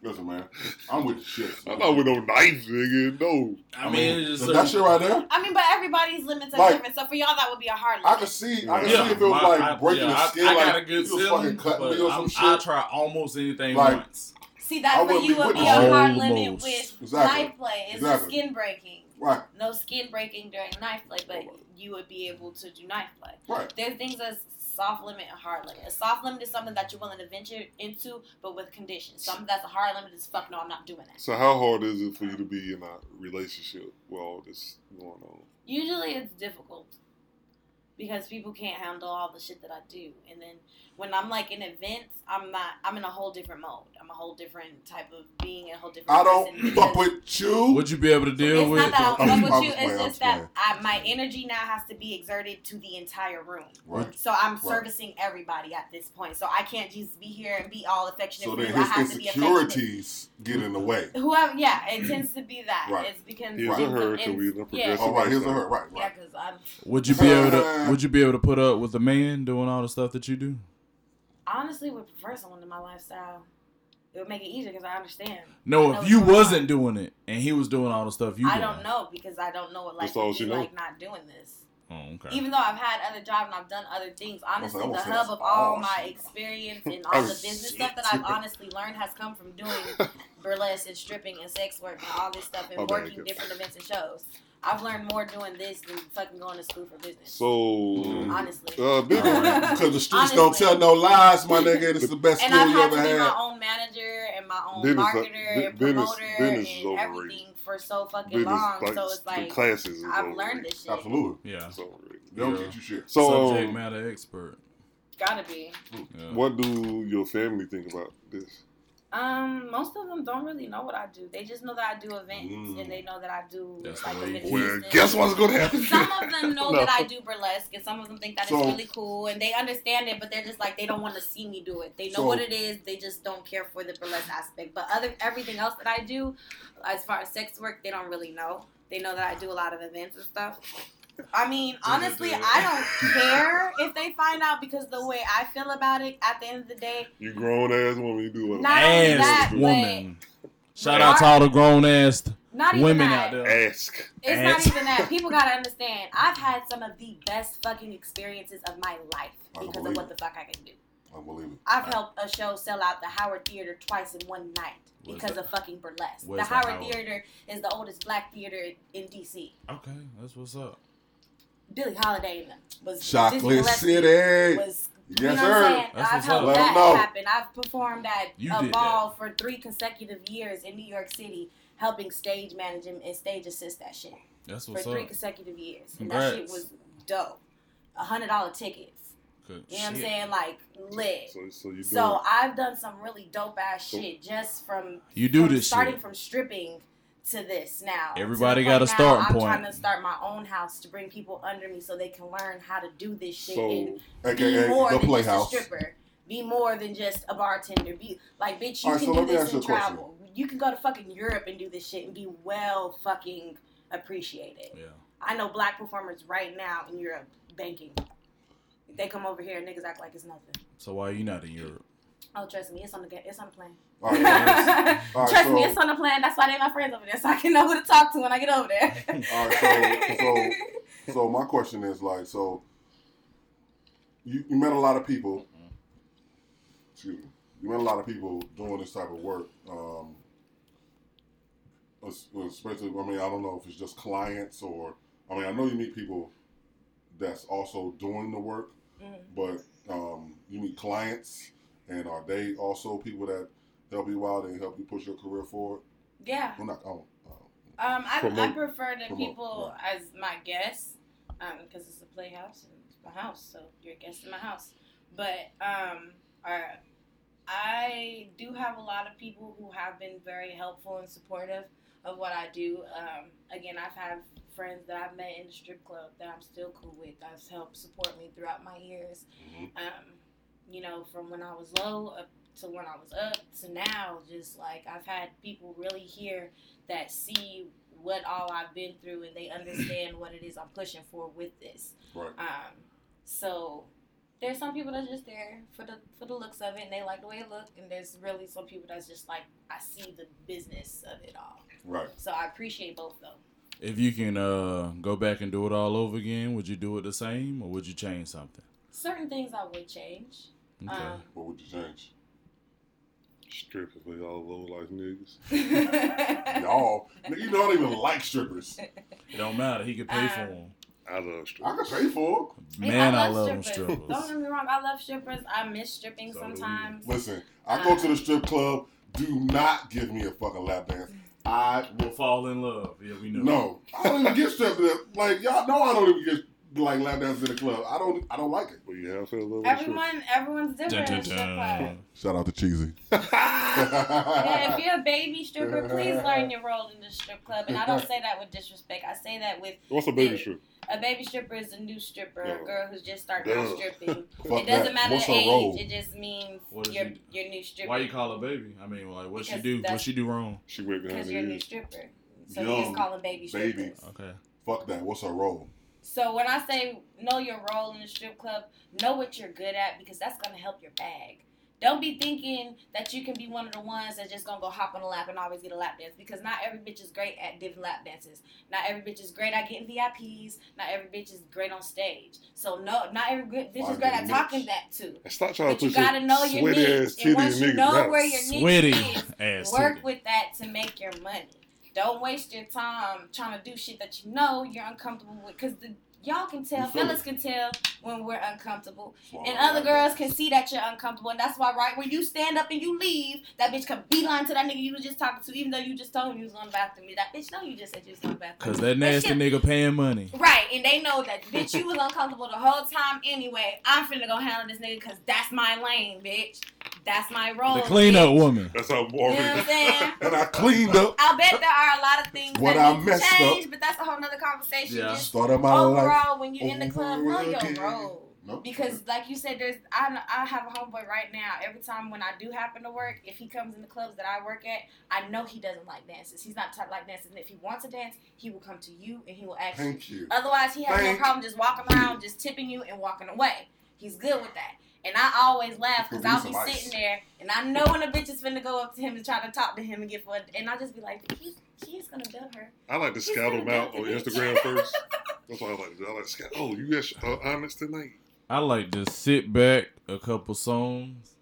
Listen, man. I'm with the shit.
I'm not with no knife, nigga. No.
I mean, it's just
that shit right there.
I mean, but everybody's limits are
Like-
different. So for y'all, that would be a hard
I
limit.
could see, I could
Yeah,
see if it was
my-
like
I-
breaking
yeah,
the
I,
skin,
I
like
got a good
you was
ceiling,
fucking
but
cut me or some
I'm,
shit.
I try almost anything
Like-
once.
See,
I
that's what
wouldn't
you
be
would be a
witness.
hard limit
Almost.
with
Exactly.
knife play. It's
Exactly.
a skin breaking.
right,
No skin breaking during knife play, but you would be able to do knife play.
right.
There's things as soft limit and hard limit. A soft limit is something that you're willing to venture into, but with conditions. Something that's a hard limit is fuck no, I'm not doing that.
So how hard is it for you to be in a relationship with all this going on?
Usually it's difficult because people can't handle all the shit that I do. And then when I'm like in events, I'm not. I'm in a whole different mode. I'm a whole different type of being, a whole different.
I don't
person
fuck
because
with you.
Would you be able to deal
it's
with?
not that I
I'm
don't
just-
fuck
I'm
with you.
just
It's
playing,
just
I'm
that I, my energy now has to be exerted to the entire room.
Right.
So I'm
Right.
servicing everybody at this point. So I can't just be here and be all affectionate.
So
for
then
you. I have
his
to be affectionate.
insecurities get in the way.
Whoever, yeah, it tends to be that.
Right.
It's because
His or her?
it's-
Can we progressive?
yeah.
All right, his or her, right,
Yeah,
right.
because I'm
Would you be able to? Would you be able to put up with a man doing all the stuff that you do?
I honestly would prefer someone in my lifestyle. It would make it easier because I understand.
No,
I know
if you
it's hard.
wasn't doing it and he was doing all the stuff you,
I
doing.
don't know because I don't know what life
That's all
would
she
be
know.
like not doing this.
Oh, okay.
Even though I've had other jobs and I've done other things, honestly,
I
the
was like, I
hub
was
of all
lost.
my experience and
I
all the
was
business
oh, shit.
stuff that I've honestly learned has come from doing burlesque and stripping and sex work and all this stuff and
My bad,
working
girl.
different events and shows. I've learned more doing this than fucking going to school for business. Mm-hmm.
So,
honestly.
uh, big
Because the streets
Honestly.
don't tell no lies, my nigga. This is the best
And
school
I've
you
had
ever
to be
had.
my own manager and my own
Business- uh,
marketer
bu-
and
business-
promoter
business is
and
overrated.
everything for so fucking
business
long.
like,
so it's
the
like
classes. is
I've
overrated.
learned this shit.
Absolutely.
Yeah.
It's overrated.
They don't
Yeah.
get you shit.
So,
Subject matter expert.
Gotta be.
Yeah.
what do your family think about this?
Um, most of them don't really know what I do. They just know that I do events
Mm.
and they know that I do
That's
like
the way-
event
Well,
assistant.
guess what's going to happen?
Some of them know
No.
that I do burlesque, and some of them think that
So-
it's really cool, and they understand it, but they're just like they don't want to see me do it. They know
So-
what it is, they just don't care for the burlesque aspect. But other everything else that I do, as far as sex work, they don't really know. They know that I do a lot of events and stuff. I mean, honestly, I don't care if they find out because the way I feel about it, at the end of the day,
You grown ass woman, you do what?
Not only
Ass
that,
woman. Shout out to all the grown ass
not even
women
that.
out there.
Ask.
It's
Ass.
not even that. People gotta understand. I've had some of the best fucking experiences of my
I
life
don't
because of
believe
what the fuck I can do.
I believe it.
I've
Right.
helped a show sell out the Howard Theater twice in one night
Where's
because
that?
of fucking burlesque. The
Where's the
Howard,
Howard?
Theater is the oldest black theater in DC.
Okay, that's what's up.
Billie Holiday and them was Dizzy
Chocolate
Gillespie
City.
Was you
Yes,
know what I'm
sir.
saying?
That's
I've
what's
helped
up.
Let 'em
that
know.
happen. I've performed at
You
a
did
ball for three consecutive years in New York City, helping stage manage and and stage assist that shit.
That's
for
what's
three
up.
consecutive years. And that shit
Congrats.
was dope. A hundred dollar tickets.
Good
You know what I'm
shit.
saying? Like lit.
So, so you do.
So I've done some really dope ass
So-
shit just from
You do
from
this
starting
shit.
from stripping to this now.
Everybody
To the
got a
point
starting
now,
point.
I'm trying to start my own house to bring people under me so they can learn how to do this shit
So
and be
AKA
more
the
than
Playhouse.
just a stripper. Be more than just a bartender. Be like, bitch, you
All right,
can
so
do
let me
this
ask
and
you a question.
travel. You can go to fucking Europe and do this shit and be well fucking appreciated.
Yeah.
I know black performers right now in Europe banking. They come over here, niggas act like it's nothing.
So why you not in Europe?
Oh, trust me, it's on the ga- it's on the plan.
All right, all right,
trust
so,
me, it's on the plan. That's why they my friends over there, so I can know who to talk to when I get over there.
all right, so, so So my question is like, so you, you met a lot of people. Excuse me. You met a lot of people doing this type of work. Um, es- especially, I mean, I don't know if it's just clients or, I mean, I know you meet people that's also doing the work,
Mhm.
but um, you meet clients, and are they also people that help you out and help you push your career forward?
yeah.
Well, not, oh, oh,
Um, I, I
Promote.
prefer the
Promote,
people as my guests, um, because it's a playhouse and it's my house, so you're a guest in my house. But um, our, I do have a lot of people who have been very helpful and supportive of what I do. Um, again, I've had friends that I've met in the strip club that I'm still cool with. That's helped support me throughout my years um, you know, from when I was low up to when I was up to now, just like I've had people really here that see what all I've been through and they understand what it is I'm pushing for with this.
Right.
Um, so there's some people that's just there for the for the looks of it and they like the way it look and there's really some people that's just like I see the business of it all.
Right.
So I appreciate both of them.
If you can uh, go back and do it all over again, would you do it the same or would you change something?
Certain things I would change.
Okay.
Um,
What would you change?
Strippers with y'all low life niggas.
Y'all, nigga, you don't even like strippers.
it don't matter. He could pay for
Um,
them.
I love strippers.
I can pay for
Yeah,
Man, I love, them
strippers.
strippers.
Don't get me wrong, I love strippers. I miss stripping
So do we.
sometimes.
it. Listen, I
Uh.
go to the strip club. Do not give me a fucking lap dance. I
We'll fall in love. Yeah, we know.
no. I don't even get stripped. to- Like y'all know, I don't even get like lap dances in the club. I don't. I don't like it.
But you have fell in love with a stripper.
Everyone, everyone's
Dun,
different.
dun,
in strip club.
dun.
Shout out to Cheesy.
Yeah, if you're a baby stripper, please learn your role in the strip club. And I don't say that with disrespect. I say that with
What's a baby stripper?
a baby stripper is a new stripper, a girl who's just starting
Duh.
out stripping.
Fuck
it doesn't
that.
matter
What's
the
her
age.
role?
It just means
What does
your
she-
your new stripper.
Why you call her baby? I mean, like, what she
Because
do? What
that's-
she do wrong?
She went behind
Because
the
you're a new
ears.
stripper. So you
Young
just call them
baby.
baby strippers.
Okay.
Fuck that. What's her role?
So when I say know your role in the strip club, know what you're good at because that's gonna help your bag. Don't be thinking that you can be one of the ones that's just gonna go hop on a lap and always get a lap dance because not every bitch is great at different lap dances. Not every bitch is great at getting VIPs. Not every bitch is great on stage. So no, not every good bitch is
Find
great
your
at
niche.
talking that too.
And Stop trying
But
to
you
put your
gotta know your
sweaty ass
niche,
titties
and once you
niggas
know
out.
where your niche
Sweaty
is,
ass.
work
nigga.
with that to make your money. Don't waste your time trying to do shit that you know you're uncomfortable with. Cause the y'all can tell,
You feel
fellas
it.
can tell when we're uncomfortable,
Well,
and
I
other
like
girls
that.
can see that you're uncomfortable. And that's why, right when you stand up and you leave, that bitch can beeline to that nigga you was just talking to, even though you just told him you was going to the bathroom. That bitch know you just said you was going to the bathroom.
Cause that nasty
shit-
nigga paying money.
Right, and they know that bitch. You was uncomfortable the whole time anyway. I'm finna go handle this nigga because that's my lane, bitch. That's my role.
The cleanup
bitch.
woman.
That's how
You know what I'm
Marvin.
saying?
And I cleaned up.
I bet there are a lot of things
What
that
I
need to
messed
change, but that's a whole nother conversation.
Yeah.
Just
Started my life.
overall, when you're in the club, know
over again.
your role.
No.
Because, like you said, there's I, kn- I have a homeboy right now. Every time when I do happen to work, if he comes in the clubs that I work at, I know he doesn't like dances. He's not the type like dances. And if he wants to dance, he will come to you and he will ask you.
Thank you.
Otherwise, he has no
Thank
problem just walking around, just tipping you and walking away. He's good with that. And I always laugh because
Give me
I'll be
some ice.
sitting there and I know when a bitch is finna go up to him and try to talk to him and get for it. And I'll just be like, he's, he's gonna bill her.
I like to scout them out on Instagram first. That's what I like to do. I like to scout. Oh, you got uh, honest tonight.
I like to sit back a couple songs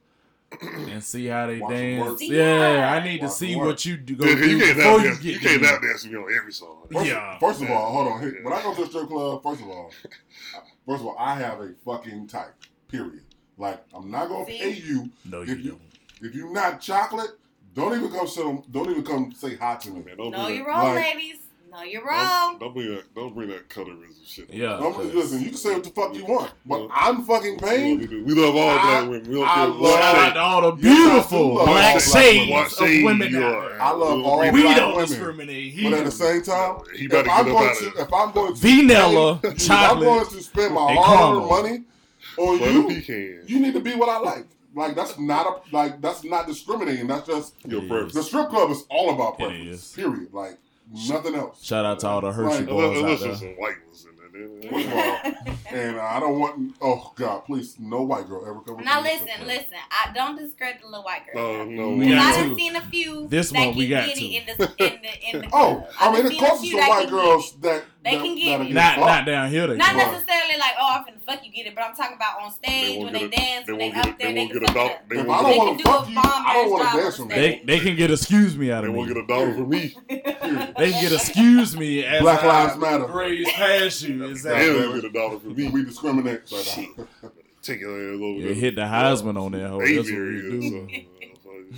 and see how they
Watch 'em work.
dance.
See
Yeah,
ya.
I need to
Watch 'em
see
work.
what you do, go
Yeah, 'cause
do
you can't
before
out
you
dance.
get
You can't
there.
out dance me on every song.
First,
Yeah.
first of all, hold on. Hey, When I go to the strip club, first of all, first of all, I have a fucking type. Period. Like I'm not gonna
See?
pay you
No,
If
you
you-
don't.
if you not chocolate. Don't even come sit on, Don't even come say hi to me.
Man, don't
No,
do
you're
that.
wrong,
Like,
ladies. No, you're
Don't,
wrong.
don't bring that. Don't bring that colorism shit. up.
Yeah.
I'm, listen, you can say what the fuck you want, but
Yeah.
I'm fucking
We
paying.
love all
I-
black women. We don't
I
care
Shout
love-
what
out
shade.
to all the
Yes, I do
beautiful black
love black
shades
What
of
shade
women
you
out
are.
there.
I love all
We
black
don't
women.
discriminate
But at
here.
the same time,
He
if
better
I'm,
get up
going
out
to,
of there.
if I'm going to
Vanilla
if I'm going
chocolate.
to spend my
and caramel.
hard-earned money on
But
you,
if he can,
you need to be what I like. Like that's not a like that's not discriminating. That's just
your
Yes.
preference.
the strip club is all about
It
preference.
is.
Period. Like nothing else.
Shout out to all the Hershey
Right.
boys
Unless,
out
unless
there.
there's some white ones in there.
First of all, and I don't want. Oh God, please, no white girl ever come.
now
with me.
listen, listen. I don't discredit the little white girl.
No, no.
We
Cause
got
I
two.
done seen a few.
This
that
one we
can
got
get it
two.
In the, in the, in the
Oh, I
I've
mean,
seen
it's
a
close to
few
some
that
white
can get
girls that
They
that,
can get
that'll
it.
Not
fucked.
not down here. They
Not
can.
Right.
necessarily like, oh, I'm finna fuck you get it, but I'm talking about on stage
won't
when
get
they
it.
dance,
They
when they
won't get
up
it.
there,
They won't
they can
get a
fuck
dollar.
up.
They
If
won't
I don't
They
get a-
want
can
to
do
fuck
a
you,
bomb
I don't
ass
want to
job
dance
on
with
stage.
They they can get excuse me out
They
of
won't
me.
get a dollar from me.
They can get excuse me as
Black
I
Lives Matter.
Raise past you.
They
Exactly.
won't get a dollar from
We,
me.
we discriminate. But, uh,
Shit. Take your ass over
You
there.
hit the Heisman on that hoe. That's what
Aviary
you
or
do. uh,
something.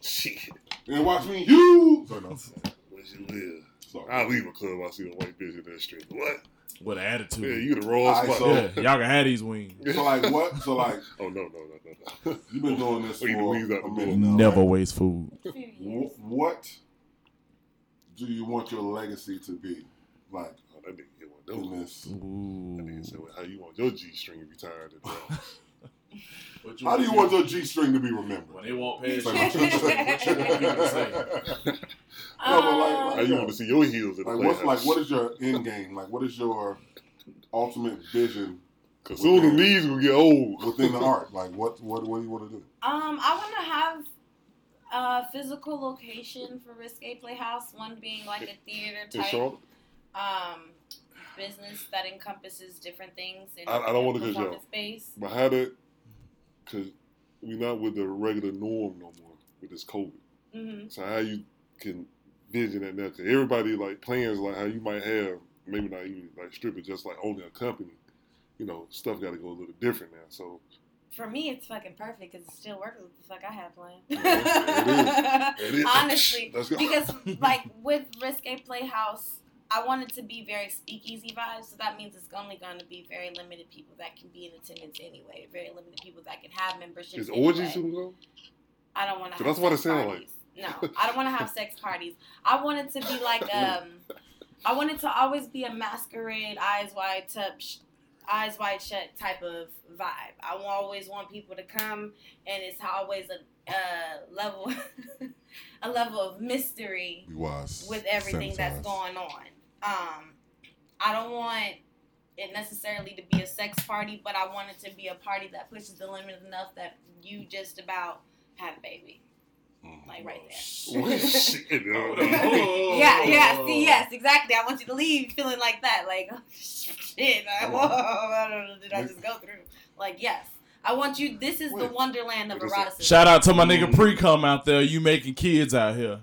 Shit.
and watch me use. Oh, no.
Where she live?
Sorry.
I leave a club. I see a white bitch in that strip. What?
With an
Yeah,
attitude.
you the wrong
Alright,
spot.
so-
Yeah, y'all can have these wings.
So like what? So like
Oh no no no no no.
you've been doing this for
We- we got
a
the
minute now.
Never
right?
waste food.
Wh- What do you want your legacy to be? Like
Oh, that nigga get one of
in
those.
this,
Ooh.
That nigga said, well, "How you want your G string retired?" And all?
how do you want your G string to be remembered?
When they walk
It's
past you,
like,
what
what
you want
you- what you want people to
them
say?
Um,
How you want to see your heels in the
Like what's
playhouse?
like what is your end game? Like what is your ultimate vision
Cause soon the knees gonna get old.
within the art? Like what what what do you want to do?
Um, I want to have a physical location for Risque Playhouse, one being like a theater
In
type
Charlotte,
um, business that encompasses different things. In
I- I don't wanna
to
get y'all.
space.
but how that? Cause we not with the regular norm no more with this COVID.
Mm-hmm.
So how you can vision that now? Cause everybody like plans like how you might have maybe not even like stripper, just like owning a company. You know, stuff got to go a little different now. So
For me, it's fucking perfect because it still works with the fuck I have planned.
Yeah, it is.
Honestly,
let's go.
because like with risque playhouse i want it to be very speakeasy vibes so that means it's only going to be very limited people that can be in attendance anyway very limited people that can have membership
Is
anyway.
orgy soon though?
i don't want to
So
have
that's what
sex
it sound like.
parties. no i don't want to have sex parties i want it to be like um i want it to always be a masquerade eyes wide tup sh- eyes wide shut type of vibe i will always want people to come and it's always a uh, level a level of mystery
Be wise
with everything that's going on. Um, I don't want it necessarily to be a sex party, but I want it to be a party that pushes the limit enough that you just about had a baby,
Mm.
like right there.
Well, shit,
Oh,
uh,
no.
yeah, yeah, see, yes, exactly. I want you to leave feeling like that, like oh, shit. I, whoa, I don't know, did I just go through? Like yes, I want you. This is the
Wait.
wonderland of
What is that?
eroticism.
Shout out to my nigga pre cum out there. You making kids out here.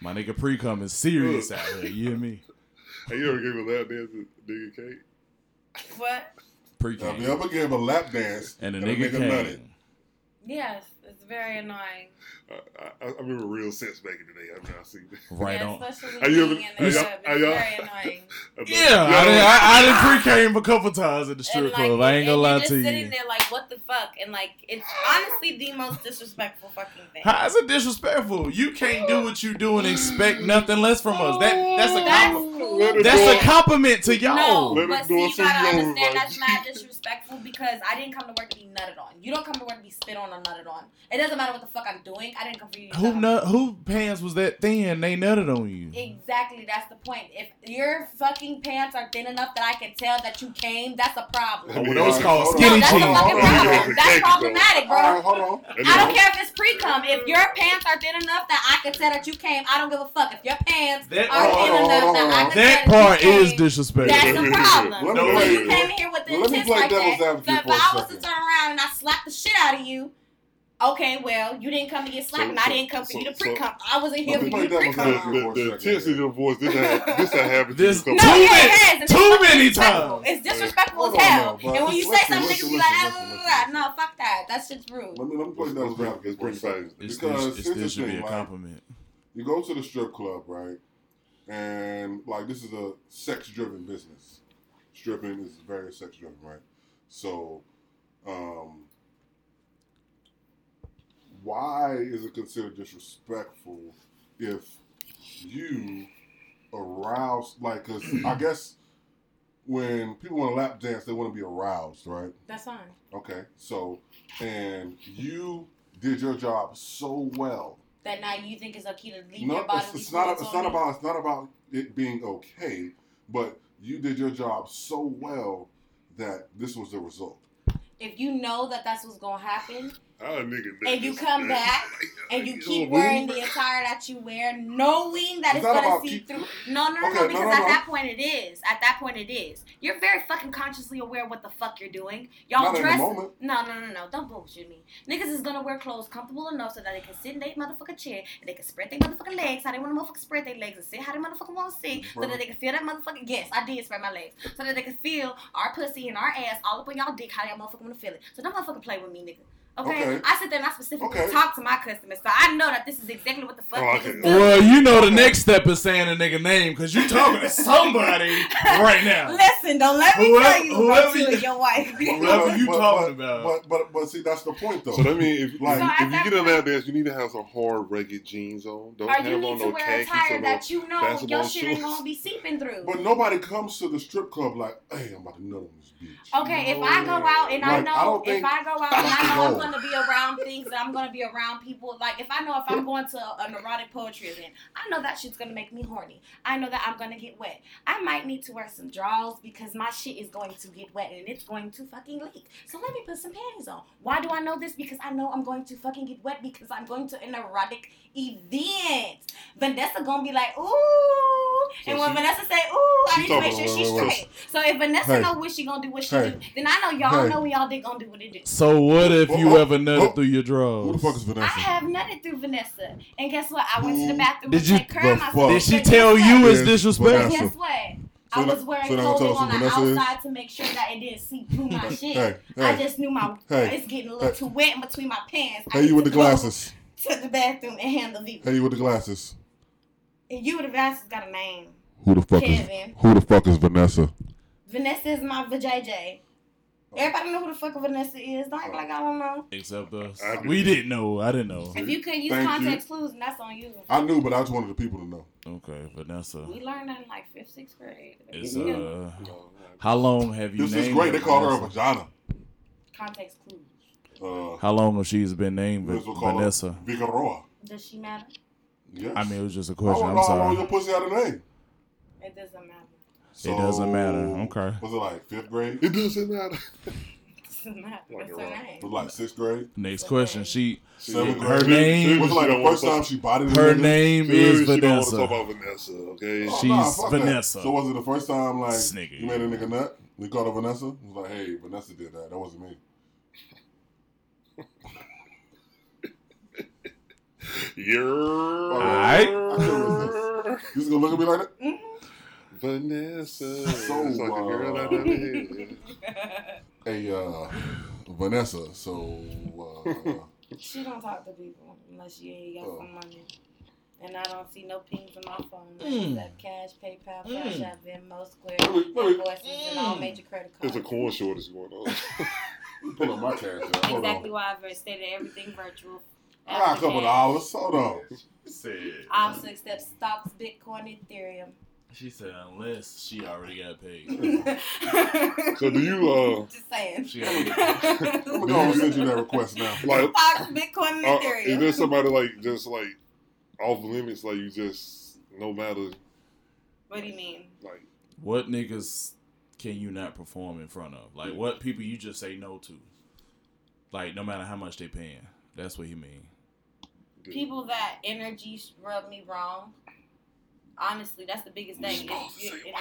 My nigga pre cum is serious out here. You hear me?
Hey, you ever gave a lap dance to nigga cake?
what?
Pre
Now, if
cum.
you ever gave a lap dance
And the nigga
nutted,
came.
Yes, it's very annoying.
I, I, I remember real sex back in the day. I've not seen that.
Right
yeah,
on.
Especially
Are you
being
ever-
in the
are
club,
y'all-
it's
are y'all-
very annoying.
I've
Yeah,
not-
I did, I, I did pre came a couple times at the
And
strip
like,
club. I ain't gonna
and
lie
you're just
to
sitting
you.
there like, what the fuck? And like, it's honestly the most disrespectful fucking thing.
How is it disrespectful? You can't do what you do and expect nothing less from us. That that's a
That's
compliment.
cool.
Let it
That's
go.
a compliment to
No,
y'all.
Let
but
it
see,
go
you gotta
somewhere,
understand
like-
that's mad disrespectful because I didn't come to work to be nutted on. You don't come to work to be spit on or nutted on. It doesn't matter what the fuck I'm doing. I didn't come for you. to
Who
on
nut? Who pants was that thin? They nutted on you.
Exactly, that's the point. If your fucking pants are thin enough that I can tell that you came, that's a problem.
I mean,
Well, those
Alright,
called
hold on,
skinny
no, that's
hold
a
on,
jeans.
fucking
hold on, hold on.
problem. That's problematic, bro.
Alright, hold on.
That
I don't
nigga-
care if it's pre cum. If your pants are thin enough that I can tell that you came, I don't give a fuck. If your pants
That-
are
hold
thin
on,
enough
hold on,
that I
hold
can
That
tell
part
you
is
came, That's
disrespectful.
the problem.
Let me
So
play
you
it.
came in here with the
Let me
intent
play
like
devil's
that.
advocate
So if
for a
I was to
second.
turn around and I slapped the shit out of you, okay, well, you didn't come to get slapped, and I
So-
didn't come for
so-
you to
so-
pre cum. I wasn't
Let
here for
me play
you to pre
devil's
cum.
advocate.
The, the, the tense in your voice. This had, this had happened
This-
to you.
No.
a
No,
couple-
Too
yeah,
many-
it is. It's
too
fucking
many
disrespectful.
times.
It's disrespectful as
Hold on,
hell.
bro.
and when you say
Listen,
something,
listen,
niggas be like,
listen, listen,
"Ah,
listen.
no, fuck that. That shit's rude.
Let me, let me play
Let's-
devil's
let's-
advocate
let's
for a
bring it back.
second.
This,
Because
this,
it's
this, this should be
interesting,
a
like,
compliment.
you go to the strip club, right? and like this is a sex driven business. Stripping is very sex driven, right? So, um, why is it considered disrespectful if you arouse? Like, cause I guess when people want to lap dance, they want to be aroused, right?
That's fine.
Okay, so and you did your job so well
That now you think it's okay to leave
no,
your body.
it's, it's not. It's not about. It's not about it being okay. But you did your job so well that this was the result.
If you know that that's what's gonna happen,
Oh, nigga.
And you come back, and you keep wearing the attire that you wear, knowing
It's
that it's
not
gonna
about
see
keep-
through. No, no, no,
Okay,
no,
no,
because
no,
at
no.
that point it is. At that point it is. You're very fucking consciously aware what the fuck you're doing. Y'all
Not in the
dress.
moment.
No, no, no, no. Don't bullshit me. Niggas is gonna wear clothes comfortable enough so that they can sit in their motherfucking chair and they can spread their motherfucking legs how they want to motherfucking spread their legs and sit how they motherfucking want to sit so that they can feel that motherfucking. Yes, I did spread my legs so that they can feel our pussy and our ass all up on y'all dick how y'all motherfucking want to feel it. So don't motherfucking play with me, nigga. Okay.
Okay.
I sit there and I specifically
Okay.
talk to my customers, so I know that this is exactly what the fuck
Oh, I
niggas
can-
do.
Well, you know the next step is saying a nigga name because you talking to somebody right now.
Listen, don't let me
Whoever-
tell you about
whoever
you
you-
and your wife.
Whatever you
But-
talking
but-
about.
But, but but see, that's the point though.
So that means if,
Like-
like,
So
at
if
that
you get on
point-
that dance, you need to have some hard rugged jeans on. Don't
or
have
you
on
need to
no
wear
khakis
a tire
or no.
that you know your
basketball
shit ain't
shorts.
gonna be seeping through.
But nobody comes to the strip club like, hey, I'm about to nut on this bitch.
Okay, if I go out and I
Like, I
know
don't
if
think-
I go out and I know
No.
I'm gonna be around things and I'm gonna be around people, like if I know if I'm going to an erotic poetry event, I know that shit's gonna make me horny. I know that I'm gonna get wet. I might need to wear some drawers because my shit is going to get wet and it's going to fucking leak. So let me put some panties on. Why do I know this? Because I know I'm going to fucking get wet because I'm going to an erotic event. Vanessa gonna be like, ooh,
So
and when
she-
Vanessa say, ooh, I
she
need to make
talking-
sure she's
wait, wait, wait.
straight. So if Vanessa
Hey.
know what she gonna do, what she
Hey.
do, then I know y'all
Hey.
know what y'all did gonna do what it do.
So what if you
Oh,
ever
oh,
nutted through your
Who the
drawers?
fuck is
I
Vanessa?
have nutted through Vanessa, and guess what? I went to the
Who
bathroom
did
and
you-
took care of
the
myself.
fuck?
Did she
But guess
tell
what?
you it's
Yes,
But
disrespectful?
guess what?
So
I
now-
was wearing
so now I'll tell us
clothing on
who
the
Vanessa is?
outside to make sure that it didn't seep through my shit.
Hey,
I
hey,
just knew my
Hey.
it's getting a little
Hey.
too wet in between my pants. I
hey, you
need
with the
to go
glasses?
To the bathroom and handle it.
Hey, you with the glasses?
And you with the glasses got a name.
Who the fuck
Kevin.
is? Who the fuck is Vanessa?
Vanessa is my vajayjay. Everybody know who the fuck Vanessa is. Don't act like I don't know.
Except us.
I do.
We didn't know. I didn't know.
If you couldn't use
Thank you.
context clues, then that's on you.
I knew, but I just wanted the people to know.
Okay, Vanessa.
We learned that in like fifth, sixth grade.
It's
You know,
uh
No,
how long have you
This
named
is great. They
her
called her a
Vanessa?
vagina.
context clues.
Uh,
How long has she's been named
might as well call her
Vanessa?
Vigaroa.
Does she matter?
Yes.
I mean, it was just a
I
question.
don't
I'm
know how long your
sorry.
pussy had a name.
It doesn't matter.
It doesn't matter. Okay.
Was it like fifth grade?
It doesn't matter.
It doesn't matter.
Like
What's
a
her
rock.
Was it
name?
like sixth grade?
Next question. She
Seventh
Her
grade?
name-
Was it like
She
the
don't wanna
first
talk-
time she bodied a
her
nigga?
name
Dude,
is
she don't want to talk
Vanessa.
about Vanessa, okay?
Oh,
She's
nah, fuck that.
Vanessa.
So was it the first time like
Snigger.
you made a nigga nut? We called her Vanessa. It was like, hey, Vanessa did that. That wasn't me.
You're
Alright.
I couldn't You just gonna look at me like that?
Mm-hmm.
Vanessa.
So,
it's like a girl I never had.
Mhm.
Hey, uh, Vanessa. So, uh,
she don't talk to people unless you ain't got
Oh.
some money. And I don't see no pings in my phone
Mm.
except cash, PayPal, Cash
Mm.
App, Venmo, Square,
Wait, wait.
invoices, and all
Mm.
major credit cards.
There's a corn shortage going on.
pull up my cash. App. Hold
Exactly
on.
why I've stated everything virtual.
I got a couple of hours. Hold on.
Also accept stocks, Bitcoin, Ethereum.
She said unless she already got paid.
So do you, uh,
Just saying.
She got
I'm gonna go and send you that request now.
like,
Stocks, Bitcoin, and
uh,
Ethereum.
is there somebody like just like off limits, like you just no matter
what do you mean?
like
What niggas can you not perform in front of? Like what people you just say no to? Like no matter how much they paying. That's what he mean.
the-
People that energy sh- rub me wrong. Honestly, that's the biggest thing. If you- if you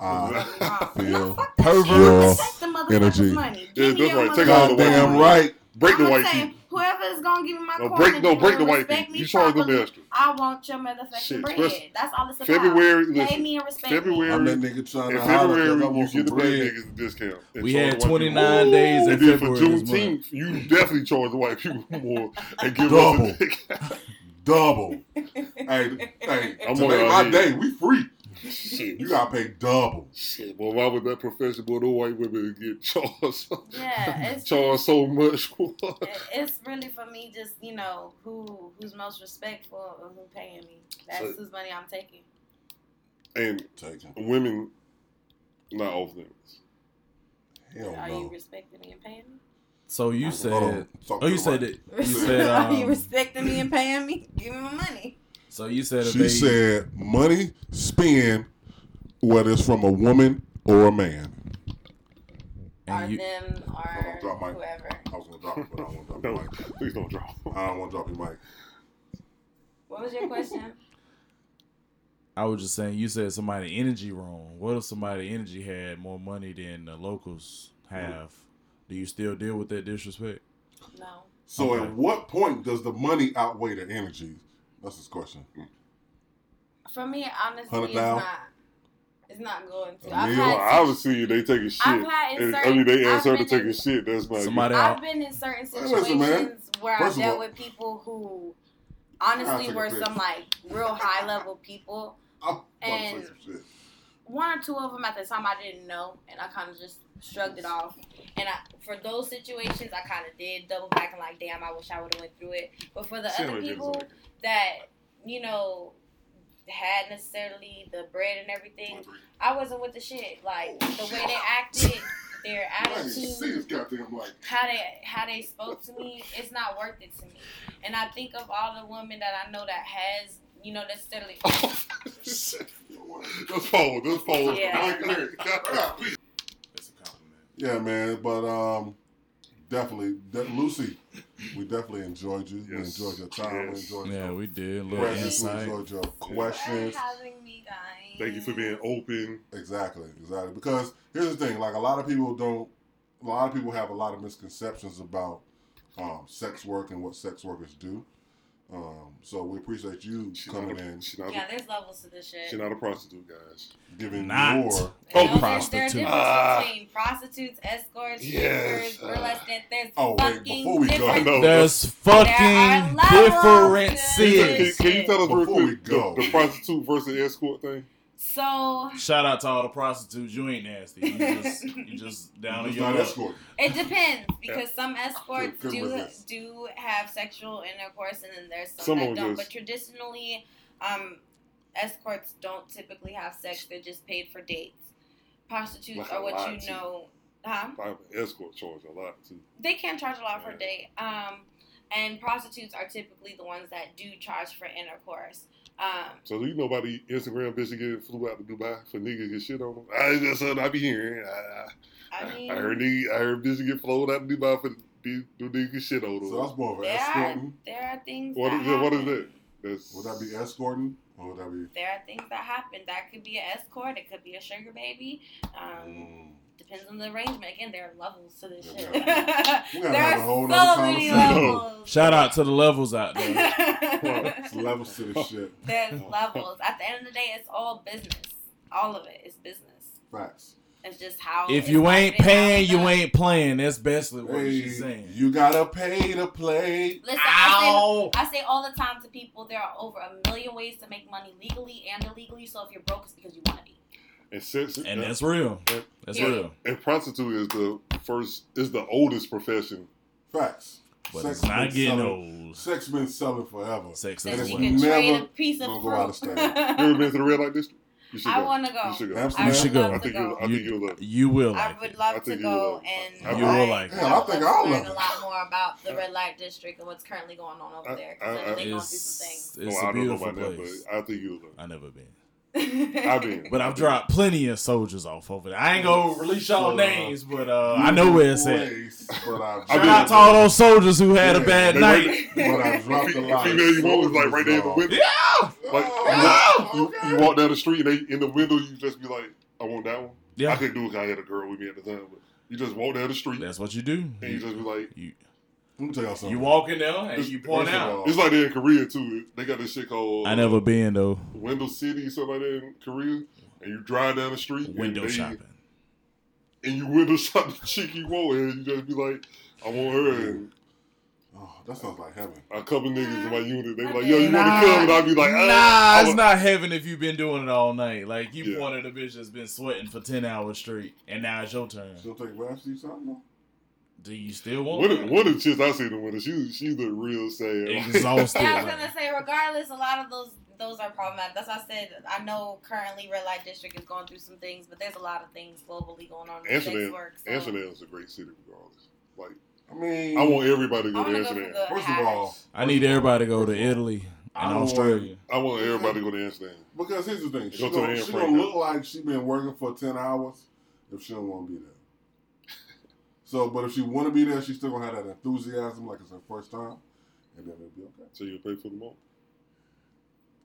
Uh,
rub me wrong.
feel
No, fuck that
perverse
shit. Take the motherfucker's
energy.
money.
Yeah,
Give me
that's
your
right. Take
motherfucking
all the
God damn
white
money.
people.
right.
Break
I'm
the
gonna
white
say,
people.
Whoever is gonna give me my
No,
corn
break, no,
and
break the white
respect
people.
me
You charge them
properly,
extra.
I want your motherfucking
Shit,
bread.
listen.
That's all it's about.
February,
Pay
listen.
me and respect
February,
me.
I'm that nigga trying
In
to holler
February,
because I
you
want some
get the black
bread.
niggas a discount. and
We
charge
had
the white people
29
more.
days in
And then for
February this month.
Juneteenth, you definitely charge the white people more and give
Double.
us a discount.
Double. hey, hey,
I'm
today
on
my
y'all
day, we free.
Shit,
You gotta pay double.
Shit, boy, why would that profession, boy, the white women get charged,
Yeah, it's
charged so much for?
it- it's really for me just you know who who's most respectful and who paying me. That's
So-
whose money I'm taking.
and
Take it.
women, not off limits.
Hell
Are you
Oh, no.
respecting me and paying me?
So you
Hold on.
said.
Talk
Oh,
to
you
the
said
mic.
it. You said.
Are you
Um,
respecting me and paying me? Give me my money.
so you said. if
She
they-
said money spend whether it's from a woman or a man.
Or
and you-
them or
Hold on, drop mic.
whoever.
I was gonna drop it, but I don't want to drop your
Don't,
mic.
please don't drop.
I don't want to drop your mic.
What was your question?
I was just saying. You said somebody energy wrong. What if somebody energy had more money than the locals have? Do you still deal with that disrespect?
no.
So,
Okay.
at what point does the money outweigh the energy? That's his question.
For me, honestly,
Hundred
it's
thou?
not. It's not going to.
A
I've
meal?
Well,
had,
obviously, they taking shit.
I've had in
And,
certain,
I mean, they
I've
asked her to
been
take
in-
a shit. That's not
Somebody
I've
out.
been in certain
Hey, listen,
situations
man.
where
First
I
of
dealt
all-
with people who
I'll take
honestly
a
were
piss.
some like real high level people.
I'm about to say
And-
some shit.
One or two of them at the time I didn't know, and I kind of just shrugged it off. And I, for those situations, I kind of did double back and like, damn, I wish I would have went through it. But for the
She
other
only gives a
people
nigga.
that you know had necessarily the bread and everything, I wasn't with the shit. Like the way they acted, their
I didn't even see
attitude,
this goddamn mic.
how they how they spoke to me, it's not worth it to me. And I think of all the women that I know that has, you know, necessarily
Shit. This phone, this phone.
Yeah.
That's a compliment.
Yeah, man. But um, definitely, de- Lucy, we definitely enjoyed you. We
Yes.
enjoyed your time.
Yes.
We enjoyed
Yeah,
your
we did. A little
presence. We
insight.
enjoyed your
Thanks
questions.
for having me, guys.
Thank you for being open.
Exactly, exactly. Because here's the thing: like a lot of people don't, a lot of people have a lot of misconceptions about um, sex work and what sex workers do. Um, so we appreciate you
She's not,
coming
a,
in,
she not,
Yeah,
a,
there's levels to this shit.
she not a prostitute, guys.
giving
Not.
your
Oh,
You know, there's-
prostitute.
There's a
Ah.
difference between prostitutes, escorts,
Yes,
strippers,
uh,
burlesque. dancers. There's
Oh, wait,
fucking
before we go,
difference.
I know.
There's
There are
fucking
levels.
Can,
differences.
Yes.
can- can you tell us real
Before we
quick
go.
The, the prostitute versus escort thing?
So
Shout out to all the prostitutes. You ain't nasty. You just, you just down on
it's
your
not
luck.
escort.
It depends because some escorts
Good- good
do
business.
do have sexual intercourse, and then there's some,
Some
that
of
don't.
those.
But traditionally, um, escorts don't typically have sex; they're just paid for dates. Prostitutes
Like a
are what
lot,
you
too.
know. Huh?
I have an escort charge a lot too.
They can charge a lot for
Yeah.
a date. Um, and prostitutes are typically the ones that do charge for intercourse. Um,
So do you know about the Instagram bitch that get flew out to Dubai for niggas get shit on them? I just said I be hearing. I,
I mean,
I heard nigga, I heard bitches get flown out to Dubai for do niggas get shit on them.
So that's more of an
Yeah.
escorting.
there are things.
What
that
is- yeah, what is
happen.
it? that's
Would that be escorting or would that be?
There are things that happen. That could be an escort. It could be a sugar baby. Um,
Mm.
Depends on the arrangement. Again, there are levels to this
Yeah,
shit.
we We gotta
there
have
are
a whole
so
nother
many
conversation.
levels.
Shout out to the levels out there.
It's levels to this shit.
There's levels. At the end of the day, it's all business. All of it is business.
Facts.
It's just how.
If
it's
you ain't
marketed, how
paying,
it's
you
done.
ain't playing. That's basically what she's
Hey,
saying.
you gotta pay to play.
Listen, I
Ow!
say, I say all the time to people, there are over a million ways to make money legally and illegally. So if you're broke, it's because you want to be.
and sex
And that's real. That's
Yeah.
real.
and prostitute is the first is the oldest profession.
Facts.
But
Sex
it's not
been
getting
selling-
old.
Sex been selling forever.
Sex
And
That
is
you
it's
what.
can
never
trade a piece
gonna
of
go out of
fruit.
You ever been to the red light district? You should
I
go.
want to
You
go.
should go.
Absolutely.
I
You
would
should go.
love
I
to
think you, I think you love. it.
You will
I
like
would
it.
I
love to
think you
go
would
and
like it.
You
I
will like
it. Hell, I think I'll
learn
love
a
it.
lot more about the red light district and what's currently going on over
I-
there.
I-
Because
I-
they're going through some
It's, it's a
Well, Oh, I don't know
beautiful
about that,
place.
but I think you love.
I never been.
things.
it. I've been,
But I've dropped plenty of soldiers off over there. I ain't gonna release y'all
Uh,
names, but uh, I know where it's at.
Place, But I
I
Shout
mean-
out to all those soldiers who had
Yeah,
a bad
they
night.
really-
But I dropped a lot.
Female you want was like right there in the
Dog.
window.
yeah,
Like
Oh,
you,
okay.
you, you walk down the street and they in the window, you just be like, I want that one. I
yeah.
couldn't do it 'cause I had a girl with me at the time, but you just walk down the street
That's what you do.
and you just be like,
You,
Let me tell y'all something. Oh,
you walk in there and
It's-
you point
first of
out.
all,
it's like they're in Korea too. They got this shit called uh,
I never been though.
Window City, something like that in Korea, and you drive down the street, and
Window
they-
shopping.
and you window shop the chick you want, and you just be like, I want her, and
Oh, that sounds like heaven.
A couple niggas in my unit, they
I
like,
mean,
yo, you
nah,
want to come? And I'd be like,
nah,
ah,
it's not heaven if you've been doing it all night. Like you
Yeah.
wanted a bitch that's been sweating for ten hours straight, and now it's your turn.
She'll take baths each time.
Do you still want
One
that?
of, one of the chicks I seen in the winter, she she looked real sad.
Exhausted.
Yeah, I was gonna say, regardless, a lot of those those are problematic. That's why I said I know currently Red Light District is going through some things, but there's a lot of things globally going on in
Amsterdam-
sex work. So
Amsterdam's a great city, regardless. Like,
I mean,
I want everybody to
I
go to
wanna go
Amsterdam.
for
First of all,
I need everybody to go to Italy
I
and
don't
Australia.
I want everybody to go to Amsterdam.
because here's the thing:
Go
she
to the
don't,
air
she
freight
don't
now.
look like she been working for ten hours if she don't want to be there. So, but if she want to be there, she's still gonna have that enthusiasm like it's her first time, and then it'll be okay.
So you pay for them all.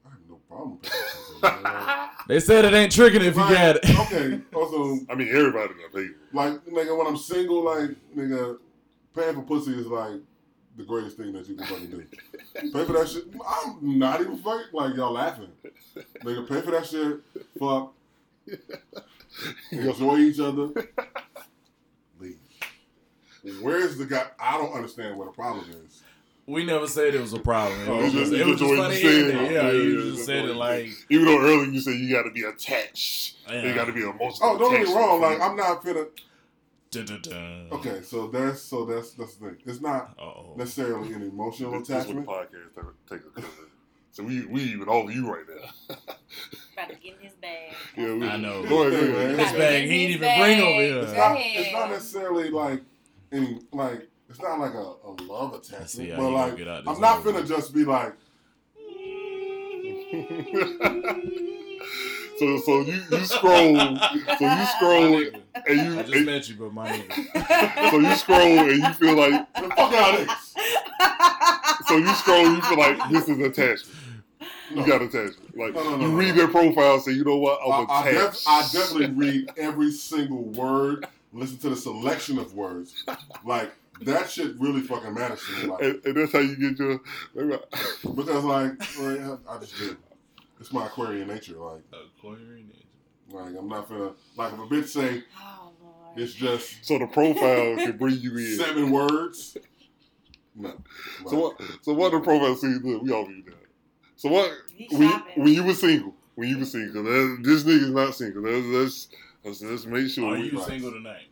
I have no problem. with that.
They said it ain't tricking if you
Like,
got it.
okay. Also,
I mean, everybody got paid.
like nigga, when I'm single, like nigga, paying for pussy is like the greatest thing that you can fucking do. pay for that shit. I'm not even fucking like y'all laughing. Nigga, pay for that shit. Fuck. Enjoy each other. Leave. Where's the guy? I don't understand what the problem is.
We never said it was a problem. It
Oh,
was
you
just,
just-
it was
you
just
just
funny.
said
Yeah,
it.
yeah,
Yeah,
you
yeah,
just
that's
said
what
it
you
like.
Even though earlier you said you got to be attached. You got to be emotional.
Oh, don't get me
attached
wrong.
to
Like
the
I'm not finna.
Dun-dun-dun.
Oh.
Okay, so that's so that's that's the thing. It's not
Uh-oh.
necessarily an
feeling.
emotional
This- this is what
attachment.
the podcast that would take a cover. So we we even over you right now.
about to get in his bag.
yeah, we,
I know.
Go ahead, go ahead.
This
This
About to
bag
get
he ain't
in his
even bring over
bag.
It's
here.
not,
Yeah.
it's not necessarily like any like it's not like a, a love
I see
attachment,
how
but
you gonna
like
get out this
I'm not
hole.
finna just be like
so so you, you scroll so you scroll and you
I just
and-
met you, but my nigga.
so you scroll and you feel like
the fuck out of this.
so you scroll you feel like this is attachment.
No.
You got attachment. Like
No, no, no,
you
no,
read
no.
their profile, say you know what
I,
I'm
I, def-
attached.
I definitely read every single word, listen to the selection of words. Like that shit really fucking matters to me. Like
and, and that's how you get your. maybe I-
because like, like I just do. It's my Aquarian nature. Like
uh,
like I'm not finna like if a bitch say
oh lord.
it's just
So the profile can bring you in.
seven words. No.
So what? So what the profile see? Look, we all be that. So what?
You
When,
shopping.
when you were single, when you were single, that, this nigga's not single. Let's let's let's, let's make sure.
Are
we,
you
Right.
single tonight?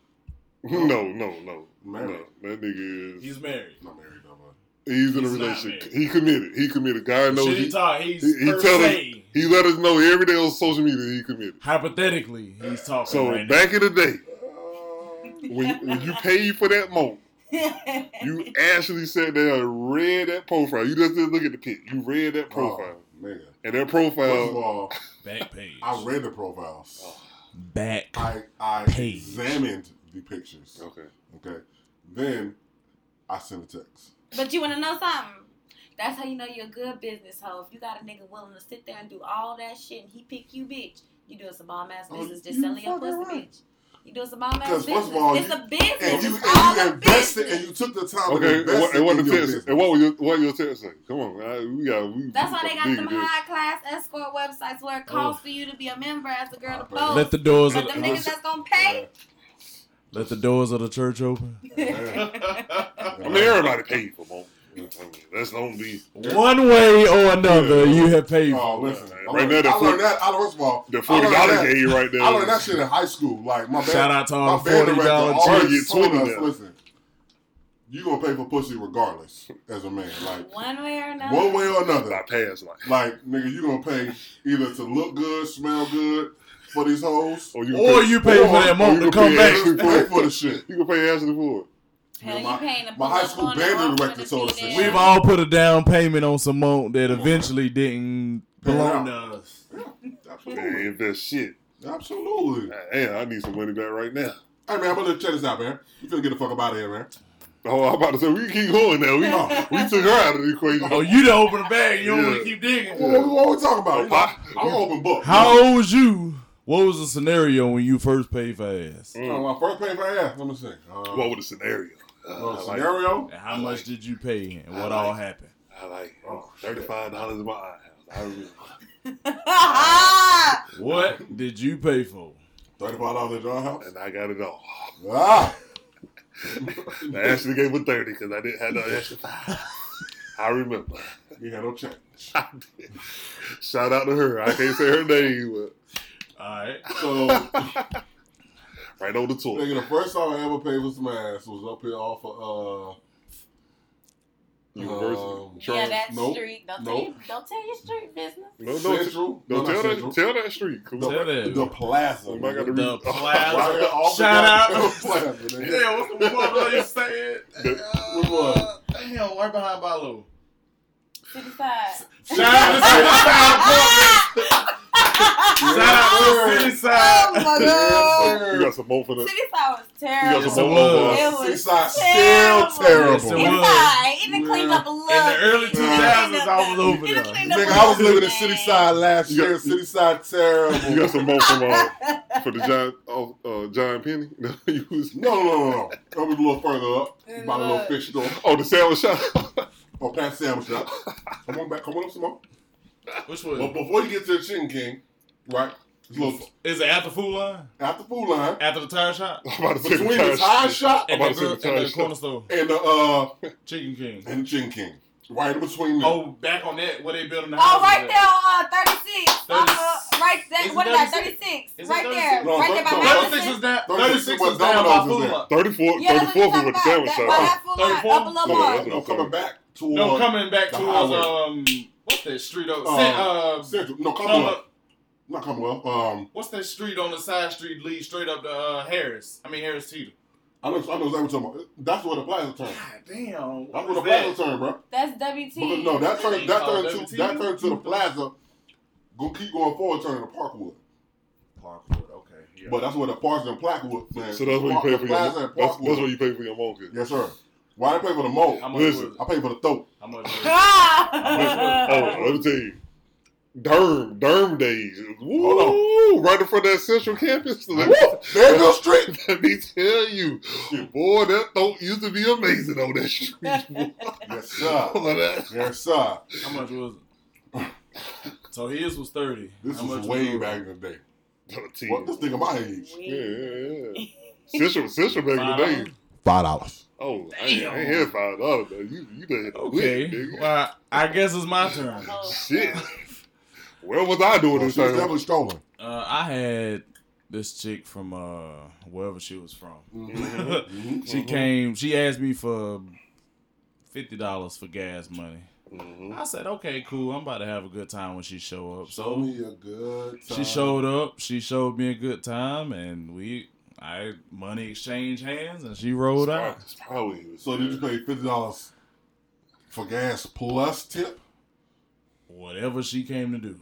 No, no, no,
Married.
no. That nigga is. He's,
He's married.
I'm not married no more.
in a
he's not married.
relationship. He committed. He committed. God knows.
Shit, he
He,
talk. He's
he- he
per
tell
se.
he let us know every day on social media he committed.
Hypothetically, he's talking
So
right now.
back in the day,
Um,
when you, when you paid for that moment. You actually sat there and read that profile. You just didn't look at the pic. You read that profile.
oh, nigga.
And that
First of
profile.
all,
Back page.
I read the profiles.
Oh.
Back.
I I
Page.
examined the pictures.
Okay.
Okay, then I sent a text.
But you want to know something? That's how you know you're a good business hoe. If you got a nigga willing to sit there and do all that shit and he pick you, bitch, you doing some bomb ass
Oh,
business just
you
selling your
fucking
pussy,
right.
bitch. You doing some bomb
Because
ass business.
first of all,
it's
you-
a business.
And you,
it's all
and you
a
invested
business.
and you took the time to
Okay, and
invest
what, and what
in
the
your
text,
business.
and what was your what your text say? Come on, I, we got. We,
That's
we
why they
big
got them
in this.
high class escort websites where it calls for you to be a member as a girl to
Oh. Let
vote.
Let the doors of
Let
the,
them niggas that's gonna pay.
let the doors of the church open.
I mean, everybody paid for moment. I mean, that's don't be.
One way or another, you have paid for.
Oh,
it.
listen. I
Right
learned,
now, the
I learned
foot-
that. I, first of all,
The
I
forty
learned
dollar
that-
game right there.
I learned that shit in high school. Like my band,
Shout out to
my
all the
band
forty
director
dollars.
all-
always
Trying to get
told
20
us,
now.
listen, you gonna pay for pussy regardless as a man. Like
One way or another.
one way or
I
another.
passed like.
Like nigga, you gonna pay either to look good, smell good for these hoes,
Or oh, you can
Or
pay,
you pay for
Or
that
you
moment to
can
come
pay
back.
and pay for the shit.
you can pay Ashley for it.
Hell,
My-
you paying to
my
pull
high
up
school
on the
band
road
director
with a
told us this
beat
shit.
We've
down.
all put a down payment on some Simone that eventually didn't
Pan
belong to
out.
us.
Man,
Absolutely,
invest shit.
absolutely.
Man, I need some money back right now.
Hey man, I'm gonna check this out, man. You finna get the fuck up out of here, man.
Oh, I'm about to say we can keep going now. We we took her out of the equation.
Oh, you to open the bag. You don't want
Yeah. Oh,
to keep digging.
What, what, what we talking about? You know,
Why-
I'm an open book.
How old was you? What was the scenario when you first paid for ass?
You know, Uh, my first pay for ass. Let me see. Uh,
Mm. What would the scenario? Uh,
uh,
I like-
scenario?
And how much did you pay and what all happened?
I like
Oh, shit.
thirty-five dollars in my aunt house. I remember.
What did you pay for?
Thirty-five dollars at your house.
and I got it all.
Ah,
I actually gave her 30 because I didn't have no extra five. I remember.
You had no change.
I did. Shout out to her. I can't say her name,
All right.
So.
but right on the tour.
Nigga, the first time I ever paid for some ass was up here off of uh
University.
Um,
yeah,
Charles.
that
nope,
street. Don't, tell
nope.
you, don't tell your street business.
no, no,
Central.
no,
No,
tell
not
that,
Central.
tell that street. 'cause
Tell that.
the plaza.
I might got to
nigga.
The
read-
plaza.
Right off the
Shout
block,
out.
the plaza, nigga.
Yeah, what's the one that you said?
Which one?
Damn, right behind Balu.
City side.
Shout out to City Side. Shout out to City Side.
Oh my
Yes, sir.
god.
you got some more for the.
City side was
You
terrible.
got
Yes,
some
it
more uh,
was.
for us.
It was
Seaside
terrible.
still terrible.
Yes, it
It's
was.
alright. It done cleaned up a
In
little.
the early
bit. It
2000s,
cleaned
I
up
was
a-
over
it done
there.
cleaned up
Nigga,
a
I was
little
living in
bit.
City Side last
You
year.
got-
City Side
You got
terrible.
some more from uh, for the John oh, uh, John Penny. No, you was
No, no, no, no, no. I was a little further up.
And
Bought a little
look.
fish store.
oh the sandwich shop.
Oh, past sandwich shop. Come on back. Come on up some more.
Which
But
one?
before you get to the Chicken King, right? Look,
Is it at the food line?
at the food line,
After the tire shop?
I'm about to say
between the
shop.
tire shop
At
I'm about
the,
to say
gr-
the
at
tire
the
shop.
corner store?
and the uh
Chicken King.
and Chicken King, right in between them.
Oh, back on that, where they building the house.
Oh, right there on uh, 36. Uh,
36.
right
Is
there.
it
What is that?
36?
36.
Is it
right there.
36?
No,
right there by
no,
Thirty-six was
Madison.
down.
36
Thirty-six
was
was down by
Domino's
food
is
line.
34,
Yeah, that's what
34 was
I'm talking
with the
about.
sandwich
That-
shop.
by that full line,
34?
up a
Yeah,
little more.
that's what
No, coming back toward
No, coming back
the
towards
highway.
um, what's that street? Oh,
Uh,
uh,
Central. No,
Come
Commonwealth. Not Commonwealth. Um,
what's that street on the side street leads straight up to uh, Harris? I mean Harris Teeter.
I know, I know exactly what you're talking about. That's where the plaza turned.
God damn,
That's
what
where the
was
plaza
that?
turned, bro.
That's WT.
Because, no, that turned that
Oh,
turned to
WT?
that turned to the plaza. Go keep going forward, turning to Parkwood.
Parkwood, okay. Yeah.
But that's where the Parks and Plaquewood. Man,
So that's what you
Park-
pay
the
for your
plaza
that's,
and
that's
Parkwood.
what you pay for your monkey.
Yes, sir. Why I pay for the mo?
how
I
much
listen,
was it?
pay for the throat.
How much was it?
Oh, let me tell you. Derm, Derm days.
Hold
Woo! Right in front of that central campus. Let me-
Woo! Fairfield Street.
Let me tell you, boy, that throat used to be amazing on that street. boy.
Yes, sir.
All of that.
Yes, sir.
How much was it? So his was thirty.
This
How much
was way
it?
back in the day. What this
Thirteen.
nigga my age?
Yeah, yeah, yeah. Central, Central back in the
Five
day.
Five dollars.
Oh, I ain't, I ain't
Damn.
here five dollars. though. You, you done hit the lick,
Okay,
nigga.
well, I guess it's my turn. Uh,
Oh,
Shit. Where was I doing
Oh, She was
this time?
definitely strolling.
Uh, I had this chick from uh, wherever she was from. Mm-hmm.
Mhm.
She came. She asked me for fifty dollars for gas money.
Mhm.
I said, "Okay, cool. I'm about to have a good time when she show up."
Show
So
me a good time.
she showed up. She showed me a good time, and we, I money exchange hands, and she rolled out.
It's probably it was-
So did you pay fifty dollars for gas plus tip?
Whatever she came to do,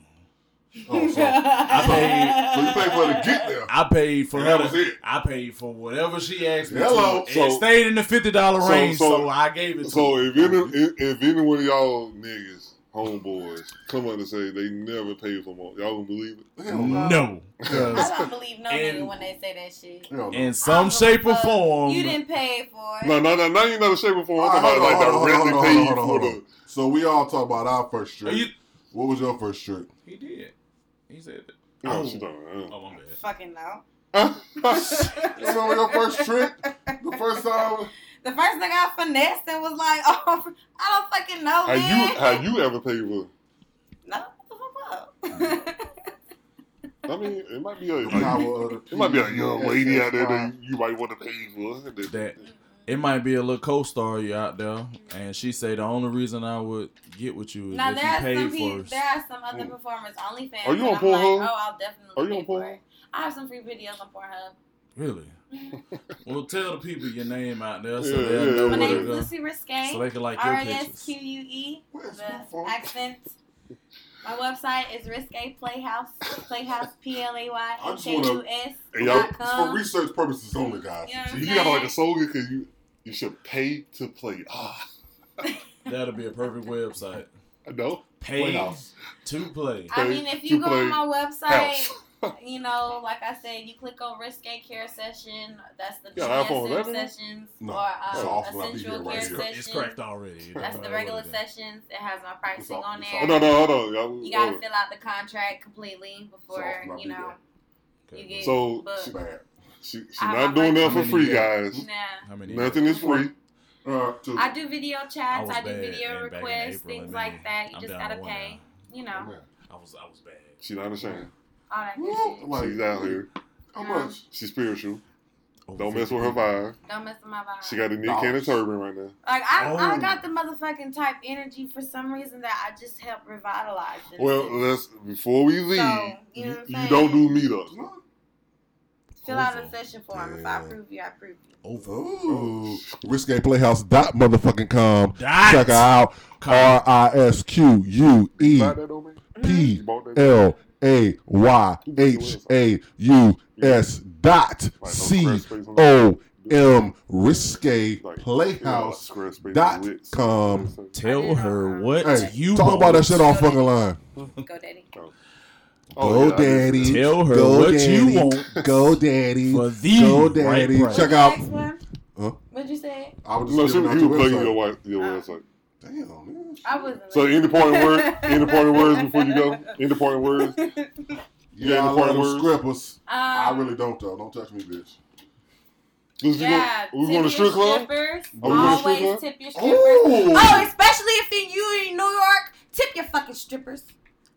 Oh, so, so you paid for her to get there.
I paid for
And
her.
that was
to-
it.
I paid for whatever she asked me.
Hello.
to.
So-
it stayed in the fifty dollar
so-
range, so,
so-
I gave it. to
So
her.
if any if, if any one of y'all niggas, homeboys, come on and say they never paid for more, y'all gonna believe it?
Hell no.
no,
I
'cause
don't believe no
And-
nigga when they say that shit.
Hell no.
in
I
some
don't
shape or
fuck.
form,
You didn't pay for it.
No, no, no, no, you know the shape or form. I'm talking
All right,
about
hold on, hold on,
like
hold
directly
on,
pay
hold on,
for
hold on,
the.
hold So we all talk about our first
Are
trip.
you-
what was your first trip?
He did. He said that.
Oh, she talking,
Oh, my bad.
Fucking no.
uh.
You remember your first trip? The first time?
The first thing I finessed and was like, oh, I don't fucking know,
How
Oh, man.
you how you ever paid for?
no, what the fuck
Mm-hmm.
up.
I mean, it might
Oh,
be a
It
it might be a young lady out there that you might want to pay for. That,
that it might be a little co-star you out there, and she say the only reason I would get with you is
Now
if
there are
you
some
pay
people,
first.
there are some other
Mm.
performers, OnlyFans.
Are you
that
on
I'm
Pornhub?
Like, oh, I'll definitely.
Are you
pay
on
for
Pornhub?
it. I have some free videos on Pornhub.
Really? well, tell the people your name out there so
Yeah,
they'll
yeah,
know
My
where
yeah.
name
to
is
go,
Lucy Risque.
so they can like
R
your
I S Q
pictures.
U E.
Where's my
The
phone?
accent. My website is risque playhouse playhouse p l a y
I
h
just
a
wanna-
u s
Hey, y'all,
dot
it's
It's for
com.
research purposes only, guys.
Yeah.
you got like a slogan because you you should pay to play. Ah,
That'll be a perfect website.
I know.
Pay
Playhouse.
to play.
I
Play-
mean, if
to
you go on
play
my website,
House.
you know, like I said, you click on risque care session. That's the
You got an iPhone
BDSM
11?
sessions
No.
or
It's
um,
awful. I'll be
essential
here right
care
It's,
here.
cr- it's
sessions.
cracked already. It
That's
don't
the
matter
regular
what it is.
sessions. It has my pricing
all-
on
it's Oh.
Oh,
there.
no, no, hold on. Y'all,
You gotta
hold
fill out the contract completely before
It's all-
you know
Okay.
you get
So,
booked.
She bad.
She, she's
I-
not
I-
doing that
How
for
many
free,
you got?
guys.
Nah.
How many?
Nothing is free.
Uh, to,
I do video chats.
was
I, do
bad,
video
man, back in
requests,
April, man.
things like that. You
I'm
just
down
gotta
to one
pay. You know,
Oh, man,
now. I was I was bad.
She's not ashamed.
all that good
Woo,
shit.
like,
She's out here.
How much?
She's spiritual.
Over
Don't mess
50
with her
people.
vibe.
Don't mess with my vibe.
She got a knee can and turban right now.
Like I, I
Oh.
got the motherfucking type energy for some reason that I just helped revitalize. It.
Well, let's before we leave,
So, you
you,
know what I'm
you
saying?
don't do meetups.
No.
fill out a
over.
session form. If I
Damn.
approve you, I approve you.
Over.
Ooh. RisquePlayhouse.motherfucking.com.
Dot.
Check her out. Uh, R I S Q U E
Buy that over?
P
You bought that?
E L A Y H A U S dot
Like, on
C
Squarespace and all
O M Risque
Like,
Playhouse
Squarespace
dot
Wix.
com.
Tell her what
Hey,
you
talk about that
want.
shit on fucking line.
Go, daddy.
Oh, yeah, I did
GoDaddy.
see that.
Tell her
Go
what
Daddy.
you want
Go Daddy.
for the
Go
right
Daddy.
price.
Check
What's
out.
the next one?
Huh?
What'd you say?
I would
No, she,
give it out
he
your
was plugging
website.
your, wife, your
Uh,
website.
Damn, man.
I wasn't.
So, any
listening.
parting word? Any parting words before you go? Any parting words? You
Yeah, I
got any
love
parting
them
words?
scrippers. I
Um,
really don't, though. Don't touch me, bitch.
Just you
Yeah,
go- we going to
tip
strip
your
club?
strippers.
Are we going to strip
Always
club?
tip your strippers.
Ooh.
Oh, especially if then you in New York, tip your fucking strippers.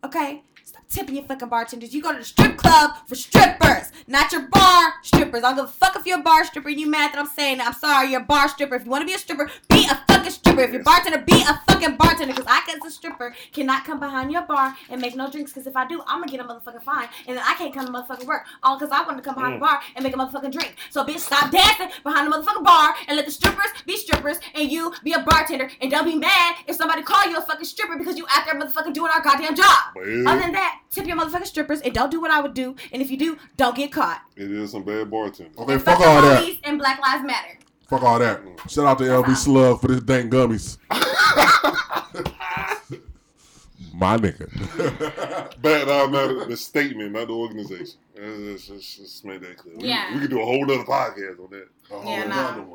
Okay? Stop tipping your fucking bartenders. You go to the strip club for strippers, not your bar strippers. I don't give a fuck if you're a bar stripper and you mad that I'm saying that. I'm sorry, you're a bar stripper. If you want to be a stripper, be a fucking stripper. If you're a bartender, be a fucking bartender. Because I, as a stripper, cannot come behind your bar and make no drinks. Because if I do, I'm going to get a motherfucking fine. And then I can't come to motherfucking work. All because I want to come behind the bar and make a motherfucking drink. So, bitch, stop dancing behind the motherfucking bar and let the strippers be strippers and you be a bartender. And don't be mad if somebody call you a fucking stripper because you out there motherfucking doing our goddamn job.
But
Other
it,
than that, tip your motherfucking strippers and don't do what I would do. And if you do, don't get caught.
it is some bad bartenders.
Okay,
Fuck
fuck all
the
that.
police and Black Lives Matter.
Fuck all that. Shout out to LB Slug for this dang gummies. My nigga.
Bad eye matter, the statement, not the organization. Let's just, just make that clear. We-
Yeah.
We, could do a whole nother podcast on that.
Oh,
Yeah, nah.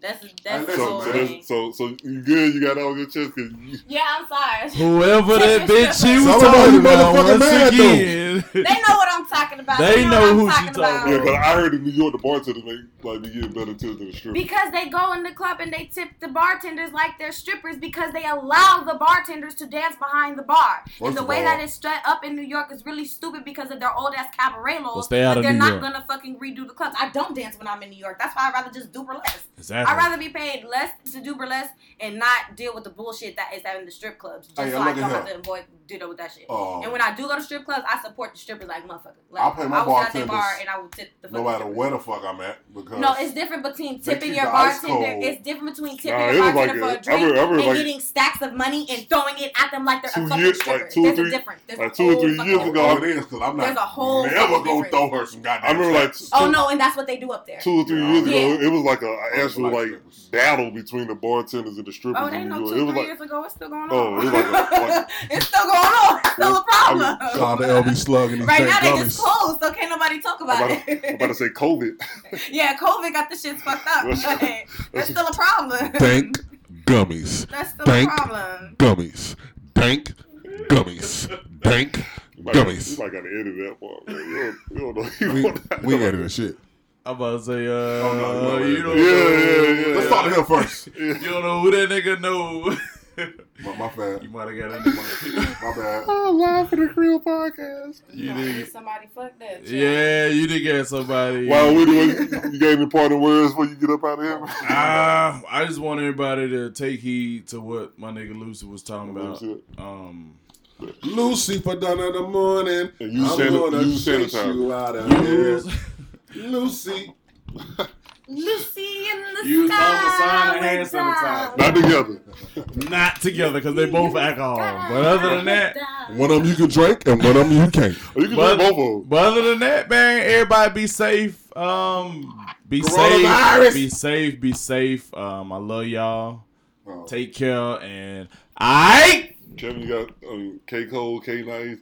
That's
that's the
So,
whole
so, that's, so, so you good? You got all your chest? Cause you,
Yeah, I'm sorry.
Whoever that bitch you
Tell
was
her about
talking
you
about
motherfucking
once
mad,
again.
They know what I'm talking about.
They know who
what
she
I'm
talking
yeah, cause I heard in New York the bartenders make like be getting better tips than the strip.
Because they go in the club and they tip the bartenders like they're strippers because they allow the bartenders to dance behind the bar.
First
and the
of
way
all-
that it's set up in New York is really stupid because of their old ass cabaret laws.
Well, stay out
that
of
they're
New
not
York.
gonna fucking redo the clubs. I don't dance when I'm in New York. That's why I'd rather just do burlesque. I'd
Exactly.
rather be paid less to do burlesque and not deal with the bullshit that is having the strip clubs.
Oh,
Just
Hey,
so
look
I
at
don't have
her.
to avoid dealing with that shit.
Oh.
and when I do go to strip clubs, I support the strippers like motherfucker. Like,
I pay my
will sit at their
bartenders
bar and I will tip the
No
fucking
matter
strippers.
where the fuck I'm at, because
No, it's different between
They
tipping
keep
your
the ice
bartender.
cold.
It's different between tipping
Nah, it
your
was like a-
bartender for a
I
drink
remember- I remember
and
like-
getting stacks of money and throwing it at them like they're
Two
a fucking
years-
stripper.
like two or
There's
three-
a difference. There's
like
a
two or
whole
three
fucking
years
That's
ago,
difference.
all it is, because I'm
There's a
not
whole
never
fucking
gonna
difference.
throw her some goddamn
I remember like
shots.
Oh no, and that's what they do up there.
two or three years ago,
Yeah.
it was like a, a actual
Black
like
strippers.
battle between the bartenders and the strippers.
Oh, they
in
know
New York.
two, three
it was like
years ago. It's still going on.
Oh, it was like a- like-
it's still going on. It's still
I
a
mean,
problem.
Shout out to LB Slug and these
Right
dang
now, they just
gummies.
closed, so can't nobody talk about,
I'm about, to, I'm
it.
about to say COVID.
yeah, COVID got the shit fucked up. but that's still a problem.
Dank gummies.
That's still
Thank-
a problem.
Gummies. Dank gummies. Dank
You might- You
gummies.
might gotta edit that part. man. You don't, you don't know. You
We,
don't know.
we ain't editing shit.
I'm about to say, uh,
Oh, no, no,
you
no.
don't
Yeah,
know.
yeah, yeah,
Let's talk to him first.
Yeah.
You don't know who that nigga know.
My, my
you
bad.
might have got a nigga.
My bad.
Oh, live for the Creole podcast.
You
No,
did.
Somebody fucked up.
Yeah, you did get somebody.
While we doing, you got any parting words before you get up out of here?
Uh, I just want everybody to take heed to what my nigga Lucy was talking about. Um,
Lucy for done in the morning.
And you
I'm
sanit-
gonna
you
chase
sanitize.
you out of here.
use,
Lucy.
Lucy in the
Use
sky.
Thomas Sign and hand
with dogs.
sanitizer.
Not together.
not together because they both alcohol.
Sky
But other than
with
that,
dogs.
One of them you can drink and one of them you can't.
Or Oh, you can
But-
do both of them.
But other than that, man, everybody be safe. Um, be
Coronavirus.
safe. Be safe. Be safe. Um, I love y'all.
Oh.
Take care. And I.
Kevin, you got um, K Cole, K Nice.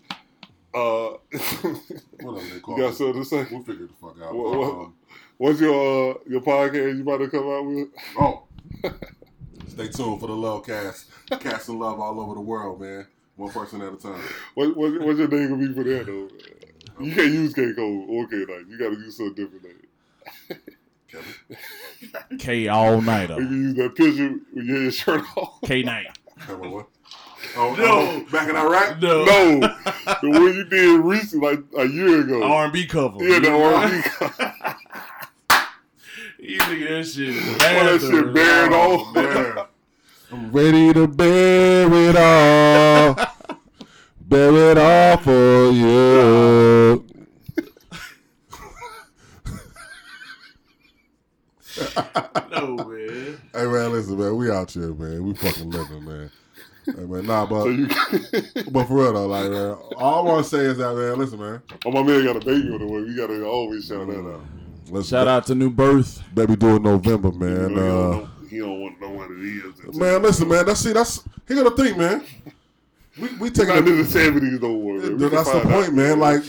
Uh,
What up, they
you
call
got
it?
something to say?
We'll figure the fuck out.
What- what-
Um,
What's your uh, your podcast you about to come out with?
oh. Stay tuned for the love cast. Cast and love all over the world, man. One person at a time.
What, what, what's your name gonna be for that though? You can't use K Cole or K Nice. You gotta use something different. Name.
K all
When
nighter.
you use that picture with your shirt off.
K night.
That one, what? Oh,
No.
oh, back in Iraq?
No.
No, the one you did recently, like a year ago.
R and B cover.
yeah, the R&B.
You think that shit is
that shit buried
Oh,
off.
man.
Ready to bear it all. bear it all for you.
No man.
Hey man, listen, man, we out here, man. We fucking living, man. Hey, man, nah,
So
but
you,
but for real though, like man, all I want to say is that man, listen, man.
oh, my man got a baby on the way. You gotta always shout that out.
Let's
Shout out to New Birth.
baby, do it November, man.
You know,
Uh,
he, don't, know- he don't want to know what it is. That's
man, listen, man. That's see, that's he got to think, man. We we
it.
taking
not in
a,
the seventies no more. Man. We can
that's the
find
point,
out.
man. Like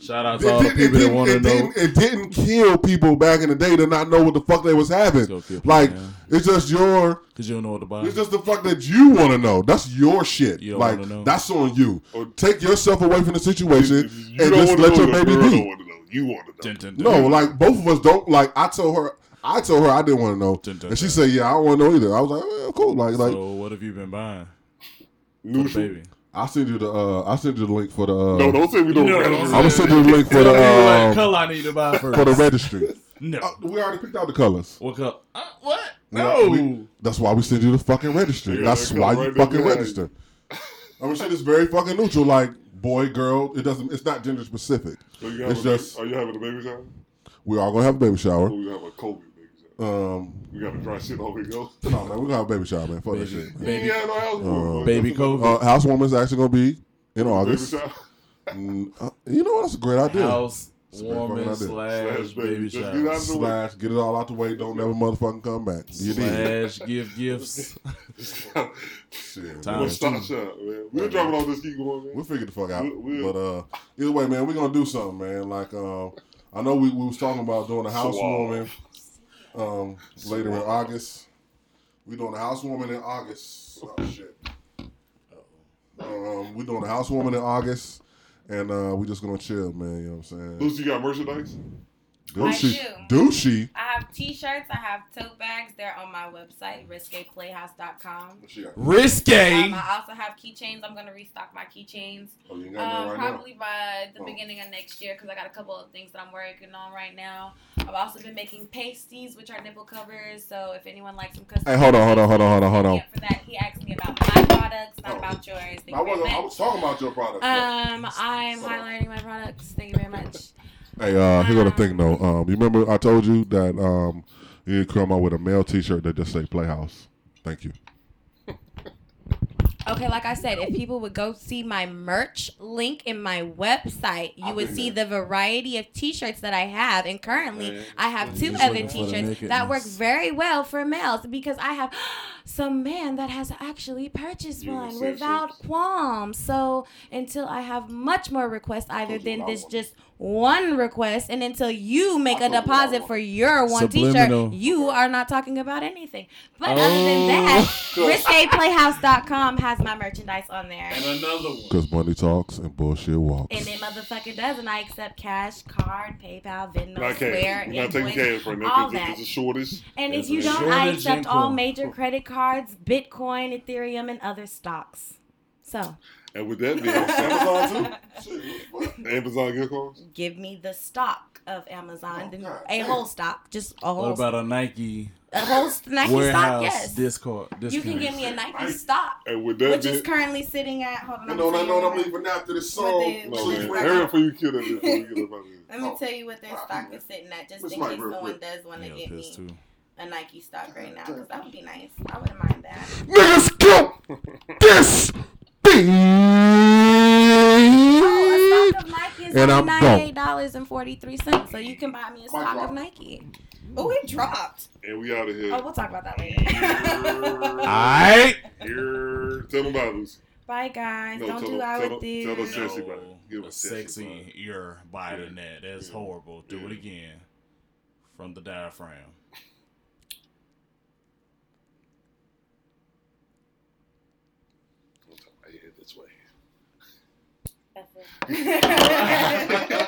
Shout out
it
to all the
didn't, it,
people that
didn't,
want to
it,
know.
didn't, it didn't kill people back in the day to not know what the fuck they was having.
Go kill people,
Like
man.
it's just your
Cause you don't know what to buy.
It's just the fuck that you want to know. That's your shit.
You don't
like
wanna know.
that's on you.
Or-
Take yourself away from the situation
you
and
don't
just
want
let
to know.
your
The
baby
girl don't
be.
want to know. You want to know.
Dun, dun,
No,
dun.
like both of us don't. Like I told her, I told her I didn't want to know,
Dun, dun,
and she
dun.
said, "Yeah, I don't want to know either." I was like, well, "Cool." Like, like
So what have you been buying? For the
Neutral.
baby.
I will send you the, uh, I will send you the link for the. Uh,
No, don't say we don't.
No, don't
I'm gonna
say-
send you the link for the
what
um,
color I need to buy first?
for the registry.
no.
Uh, we already picked out the colors.
what color? Uh, what?
No,
No.
we- That's why we send you the fucking registry.
Yeah,
That's
they
why
come
you
right
fucking
there.
register. I mean, shit is very fucking neutral. Like boy, girl, it doesn't. It's not gender specific.
So Oh, you have
It's
a,
just-
Are you having a baby shower?
We are gonna have a baby
Or
shower.
we gonna have a COVID baby shower?
Um,
We gotta dry shit all we go.
no, man, we gonna have a baby shower, man. Fuck that
Baby.
shit.
Baby.
Yeah, no house boy,
Uh,
boy.
Baby
That's another-
COVID.
Uh, housewarming's actually gonna be in
Baby
August.
shower.
Mm, uh, you know what? That's a great idea.
House
a great fucking
woman
idea.
slash
Slash baby.
baby
Just get
shower
out the way.
Slash, get it all out the way. Don't never motherfucking come back. You did.
slash give gifts.
Shit,
Time.
man.
We'll stop shot, man. We'll drop it all this keep going, man.
We'll figure the fuck out.
We- we'll-
But uh, either way, man, we're gonna do something, man. Like um, I know we, we was talking about doing a
Swallow.
housewarming um later in August. We doing a housewarming in August. Oh shit. Um, we doing a housewarming in August, and uh, we just gonna chill, man. You know what I'm saying?
Lucy, you got merchandise?
Douchey,
I
douchey.
I have T-shirts. I have tote bags. They're on my website, risqueplayhouse.com.
What she got?
Risque.
Um, I also have keychains. I'm gonna restock my keychains.
Oh, you ain't got
Um,
none right
probably by the
Oh.
beginning of next year because I got a couple of things that I'm working on right now. I've also been making pasties, which are nipple covers. So if anyone likes some custom,
Hey, hold on, hold on, hold on, hold on, hold on.
Yeah, for that, he asked me about my products, not
Oh.
about yours. Thank
now. I
you very
was, I
much.
was talking about your product.
Um, I'm
Hold on.
highlighting my products. Thank you very much.
Hey, uh, here go the thing though. Um, you remember I told you that um, you could come out with a male T-shirt that just say Playhouse. Thank you.
Okay, like I said, if people would go see my merch link in my website, you
I've
would
been
see
there.
the variety of T-shirts that I have, and currently
Man,
I have two
Just
other
looking for the
T-shirts
nakedness.
that work very well for males because I have some man that has actually purchased
You
one
said
without
so.
qualms. So until I have much more requests, either
Told you
than
what I
this
want.
just one request, and until you make a
told you what I
deposit
want.
for your one
Subliminal.
T-shirt, you are not talking about anything. But other than that,
Oh.
risqueplayhouse.com has my merchandise on there.
And another one.
Cause money talks and bullshit walks.
And it motherfucker does, and I accept cash, card, PayPal, Venmo,
Not
Square,
cash. We're not taking
invoice.
cash right now
all that.
because it's the shortest.
And if
It's
you
a
don't, I
shortage
accept
and
all
cool.
major credit cards, Bitcoin, Ethereum, and other stocks. So
And with that being said,
Amazon too. Shit, what the fuck?
Amazon gift cards?
give me the stock of Amazon,
Oh,
then
God
a
damn.
whole stock, just a
What
whole,
about a Nike
a whole Nike stock.
warehouse
Yes,
discard?
you can
discount?
give me a Nike,
Nike.
stock,
And with that
which
being
is currently sitting at. Hold on,
You
I'm
know, I
gonna
know
tell
what I'm
you.
leaving after this song.
With the-
No,
So you
with the
man.
wake
Hurry
up.
up before you kill that bitch before we get up out of here.
Let me
Oh.
tell you what their
Wow.
stock is sitting at, just
This
in
might
case
real
someone
quick.
does want to
Yeah,
get
piss
me
too.
a Nike stock right now, because that would be nice. I wouldn't mind that.
Niggas kill this
Oh, a
thing.
Oh, stock of Nike is
And
only
I'm
ninety-eight dollars and forty-three cents, so you can buy me a
Mic
stock
drop.
of Nike. Oh, it dropped.
And we out of
Oh,
here.
we'll talk about that
Here.
later.
Alright.
Here. Tell them about Lucy.
Bye, guys.
No,
Don't
tell
do
them-
out
tell
with
them- tell
this.
them- Sexy
No,
body. Give
a
a sexy
sexy
body.
ear bite in that. That's
Yeah.
horrible. Do it
Yeah.
again. From the diaphragm.
I'm gonna turn my head this way.
That's it.